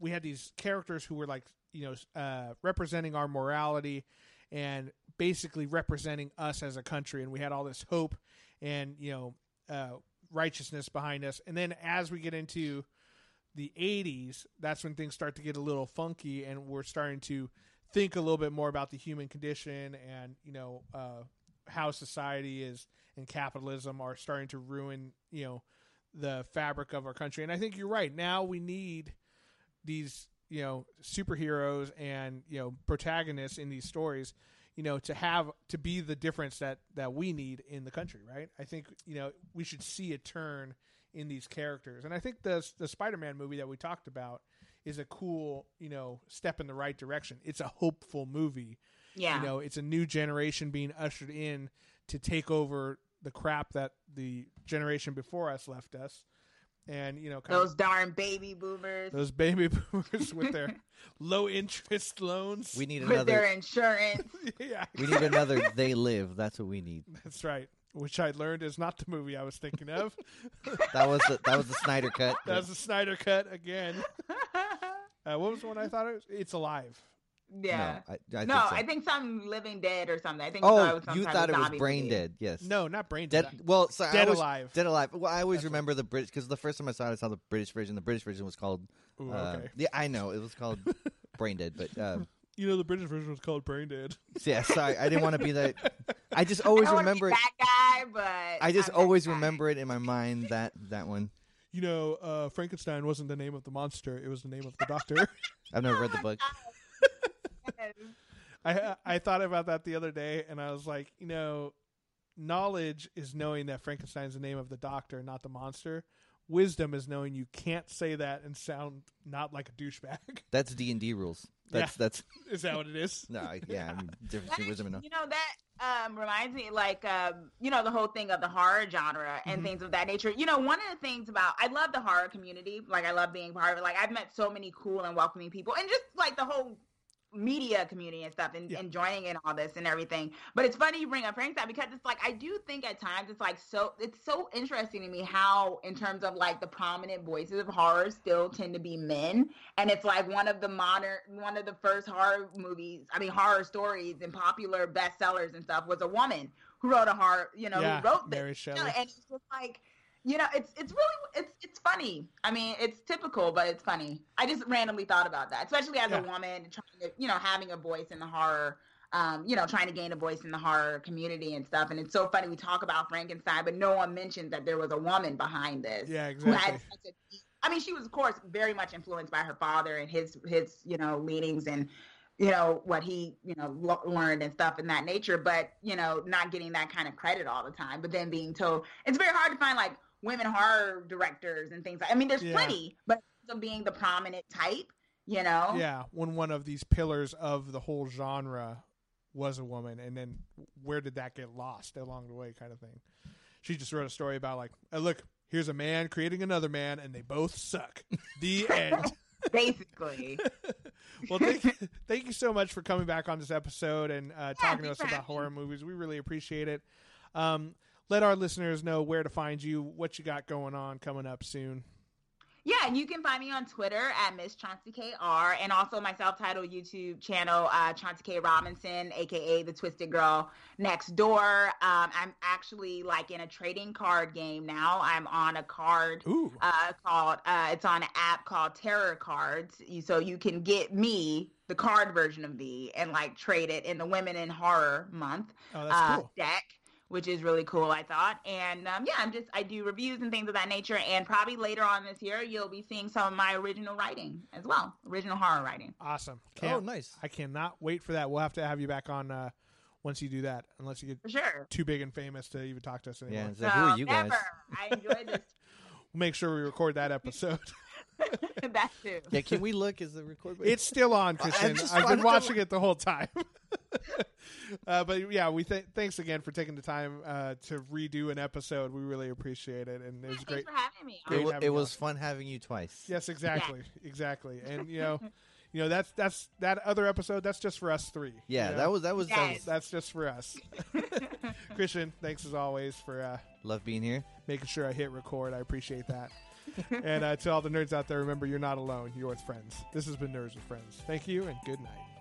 we had these characters who were like, you know, uh, representing our morality and basically representing us as a country, and we had all this hope and you know uh, righteousness behind us. And then as we get into the 80s, that's when things start to get a little funky, and we're starting to think a little bit more about the human condition and you know uh, how society is and capitalism are starting to ruin you know the fabric of our country. And I think you're right. Now we need these you know superheroes and you know protagonists in these stories you know to have to be the difference that that we need in the country right i think you know we should see a turn in these characters and i think the the spider-man movie that we talked about is a cool you know step in the right direction it's a hopeful movie
Yeah.
you know it's a new generation being ushered in to take over the crap that the generation before us left us and you know kind of
Those darn baby boomers
those baby boomers with their low interest loans.
We need
with their
another.
insurance.
yeah,
we need another. They live. That's what we need.
that's right. Which I learned is not the movie I was thinking of.
That was the, that was the Snyder cut.
that was the Snyder cut again. Uh, what was the one I thought it was? It's Alive.
yeah.
No, I, I
No,
think so.
I think some living dead or something. I think I
Oh,
thought it was
you
some type
thought
of
it was
zombie
brain
movie.
dead? Yes.
No, not Brain Dead.
Dead. Well, so I
Dead
always-
Alive.
Dead Alive. Well, I always
That's what-
remember the British because the first time I saw it, I saw the British version. The British version was called.
Ooh,
uh,
okay.
Yeah, I know it was called Brain Dead, but um,
You know the British version was called Brain Dead.
yeah, sorry, I didn't want to be that. I just always
I don't wanna
remember
be
it.
that guy, but
I just
I'm that
always
guy.
remember it in my mind that that one.
You know, uh, Frankenstein wasn't the name of the monster; it was the name of the doctor.
I've never read the book.
Yes.
I I thought about that the other day, and I was like, you know, knowledge is knowing that Frankenstein's the name of the doctor, not the monster. Wisdom is knowing you can't say that and sound not like a douchebag.
That's D and D rules. That's that's
is that what it is?
no, I- yeah, I mean, difference
That
between wisdom and
actually- You know that um, reminds me, like um, you know, the whole thing of the horror genre and
Mhm.
things of that nature. You know, one of the things about I love the horror community. Like I love being part of it. Like I've met so many cool and welcoming people, and just like the whole media community and stuff and,
Yeah.
and joining in all this and everything but it's funny you bring up frankenstein because it's like i do think at times it's like so it's so interesting to me how in terms of like the prominent voices of horror still tend to be men and it's like one of the modern one of the first horror movies i mean horror stories and popular bestsellers and stuff was a woman who wrote a horror you know
yeah,
who wrote this
Mary
You
Shelley.
know, and it's just like you know, it's it's really it's it's funny. I mean, it's typical, but it's funny. I just randomly thought about that, especially as
Yeah.
a woman trying to, you know, having a voice in the horror, um, you know, trying to gain a voice in the horror community and stuff. And it's so funny we talk about Frankenstein, but no one mentions that there was a woman behind this.
Yeah,
who had
exactly.
such a deep- I mean, she was of course very much influenced by her father and his his you know leanings and you know what he you know lo- learned and stuff in that nature. But you know, not getting that kind of credit all the time, but then being told it's very hard to find like women horror directors and things. like I mean, there's
Yeah.
plenty, but of being the prominent type, you know,
Yeah, when one of these pillars of the whole genre was a woman, and then where did that get lost along the way, kind of thing. She just wrote a story about like, "Oh, look, here's a man creating another man, and they both suck. The end.
basically.
well, thank you, thank you so much for coming back on this episode and uh, talking to
thanks
us
for
about
having
horror movies. We really appreciate it. Um, let our listeners know where to find you, what you got going on coming up soon.
Yeah, and you can find me on Twitter at Miss Chauncey KR and also my self-titled YouTube channel, uh, Chauncey K Robinson, aka the Twisted Girl Next Door. Um, I'm actually like in a trading card game now. I'm on a card
Ooh,
uh, called uh, it's on an app called Terror Cards. You- So you can get me the card version of me and like trade it in the Women in Horror Month
oh,
uh,
that's cool.
deck, which is really cool, I thought. And um, yeah, I'm just I do reviews and things of that nature. And probably later on this year, you'll be seeing some of my original writing as well, original horror writing.
Awesome.
Oh,
Can't,
nice.
I cannot wait for that. We'll have to have you back on uh, once you do that, unless you get
For sure.
too big and famous to even talk to us anymore.
Yeah. So who are you guys?
Never. I enjoyed this.
We'll make sure we record that episode.
that too.
Yeah. Can we look? Is the record?
it's still on,
I
Kristen.
just
I've been
wanted to-
watching it the whole time. uh, but yeah, we th- thanks again for taking the time uh, to redo an episode. We really appreciate it, and it was
Thanks
great.
for having me.
Great
It, wa-
having
it
you
was fun having you twice.
Yes, exactly, exactly. And you know, you know that's that's that other episode. That's just for us three.
Yeah.
you know?
That was that was, that
Yes.
was-
that's just for us. Christian, thanks as always for uh,
love being here.
making sure I hit record. I appreciate that. and uh, to all the nerds out there, remember you're not alone. You're with friends. This has been Nerds with Friends. Thank you and good night.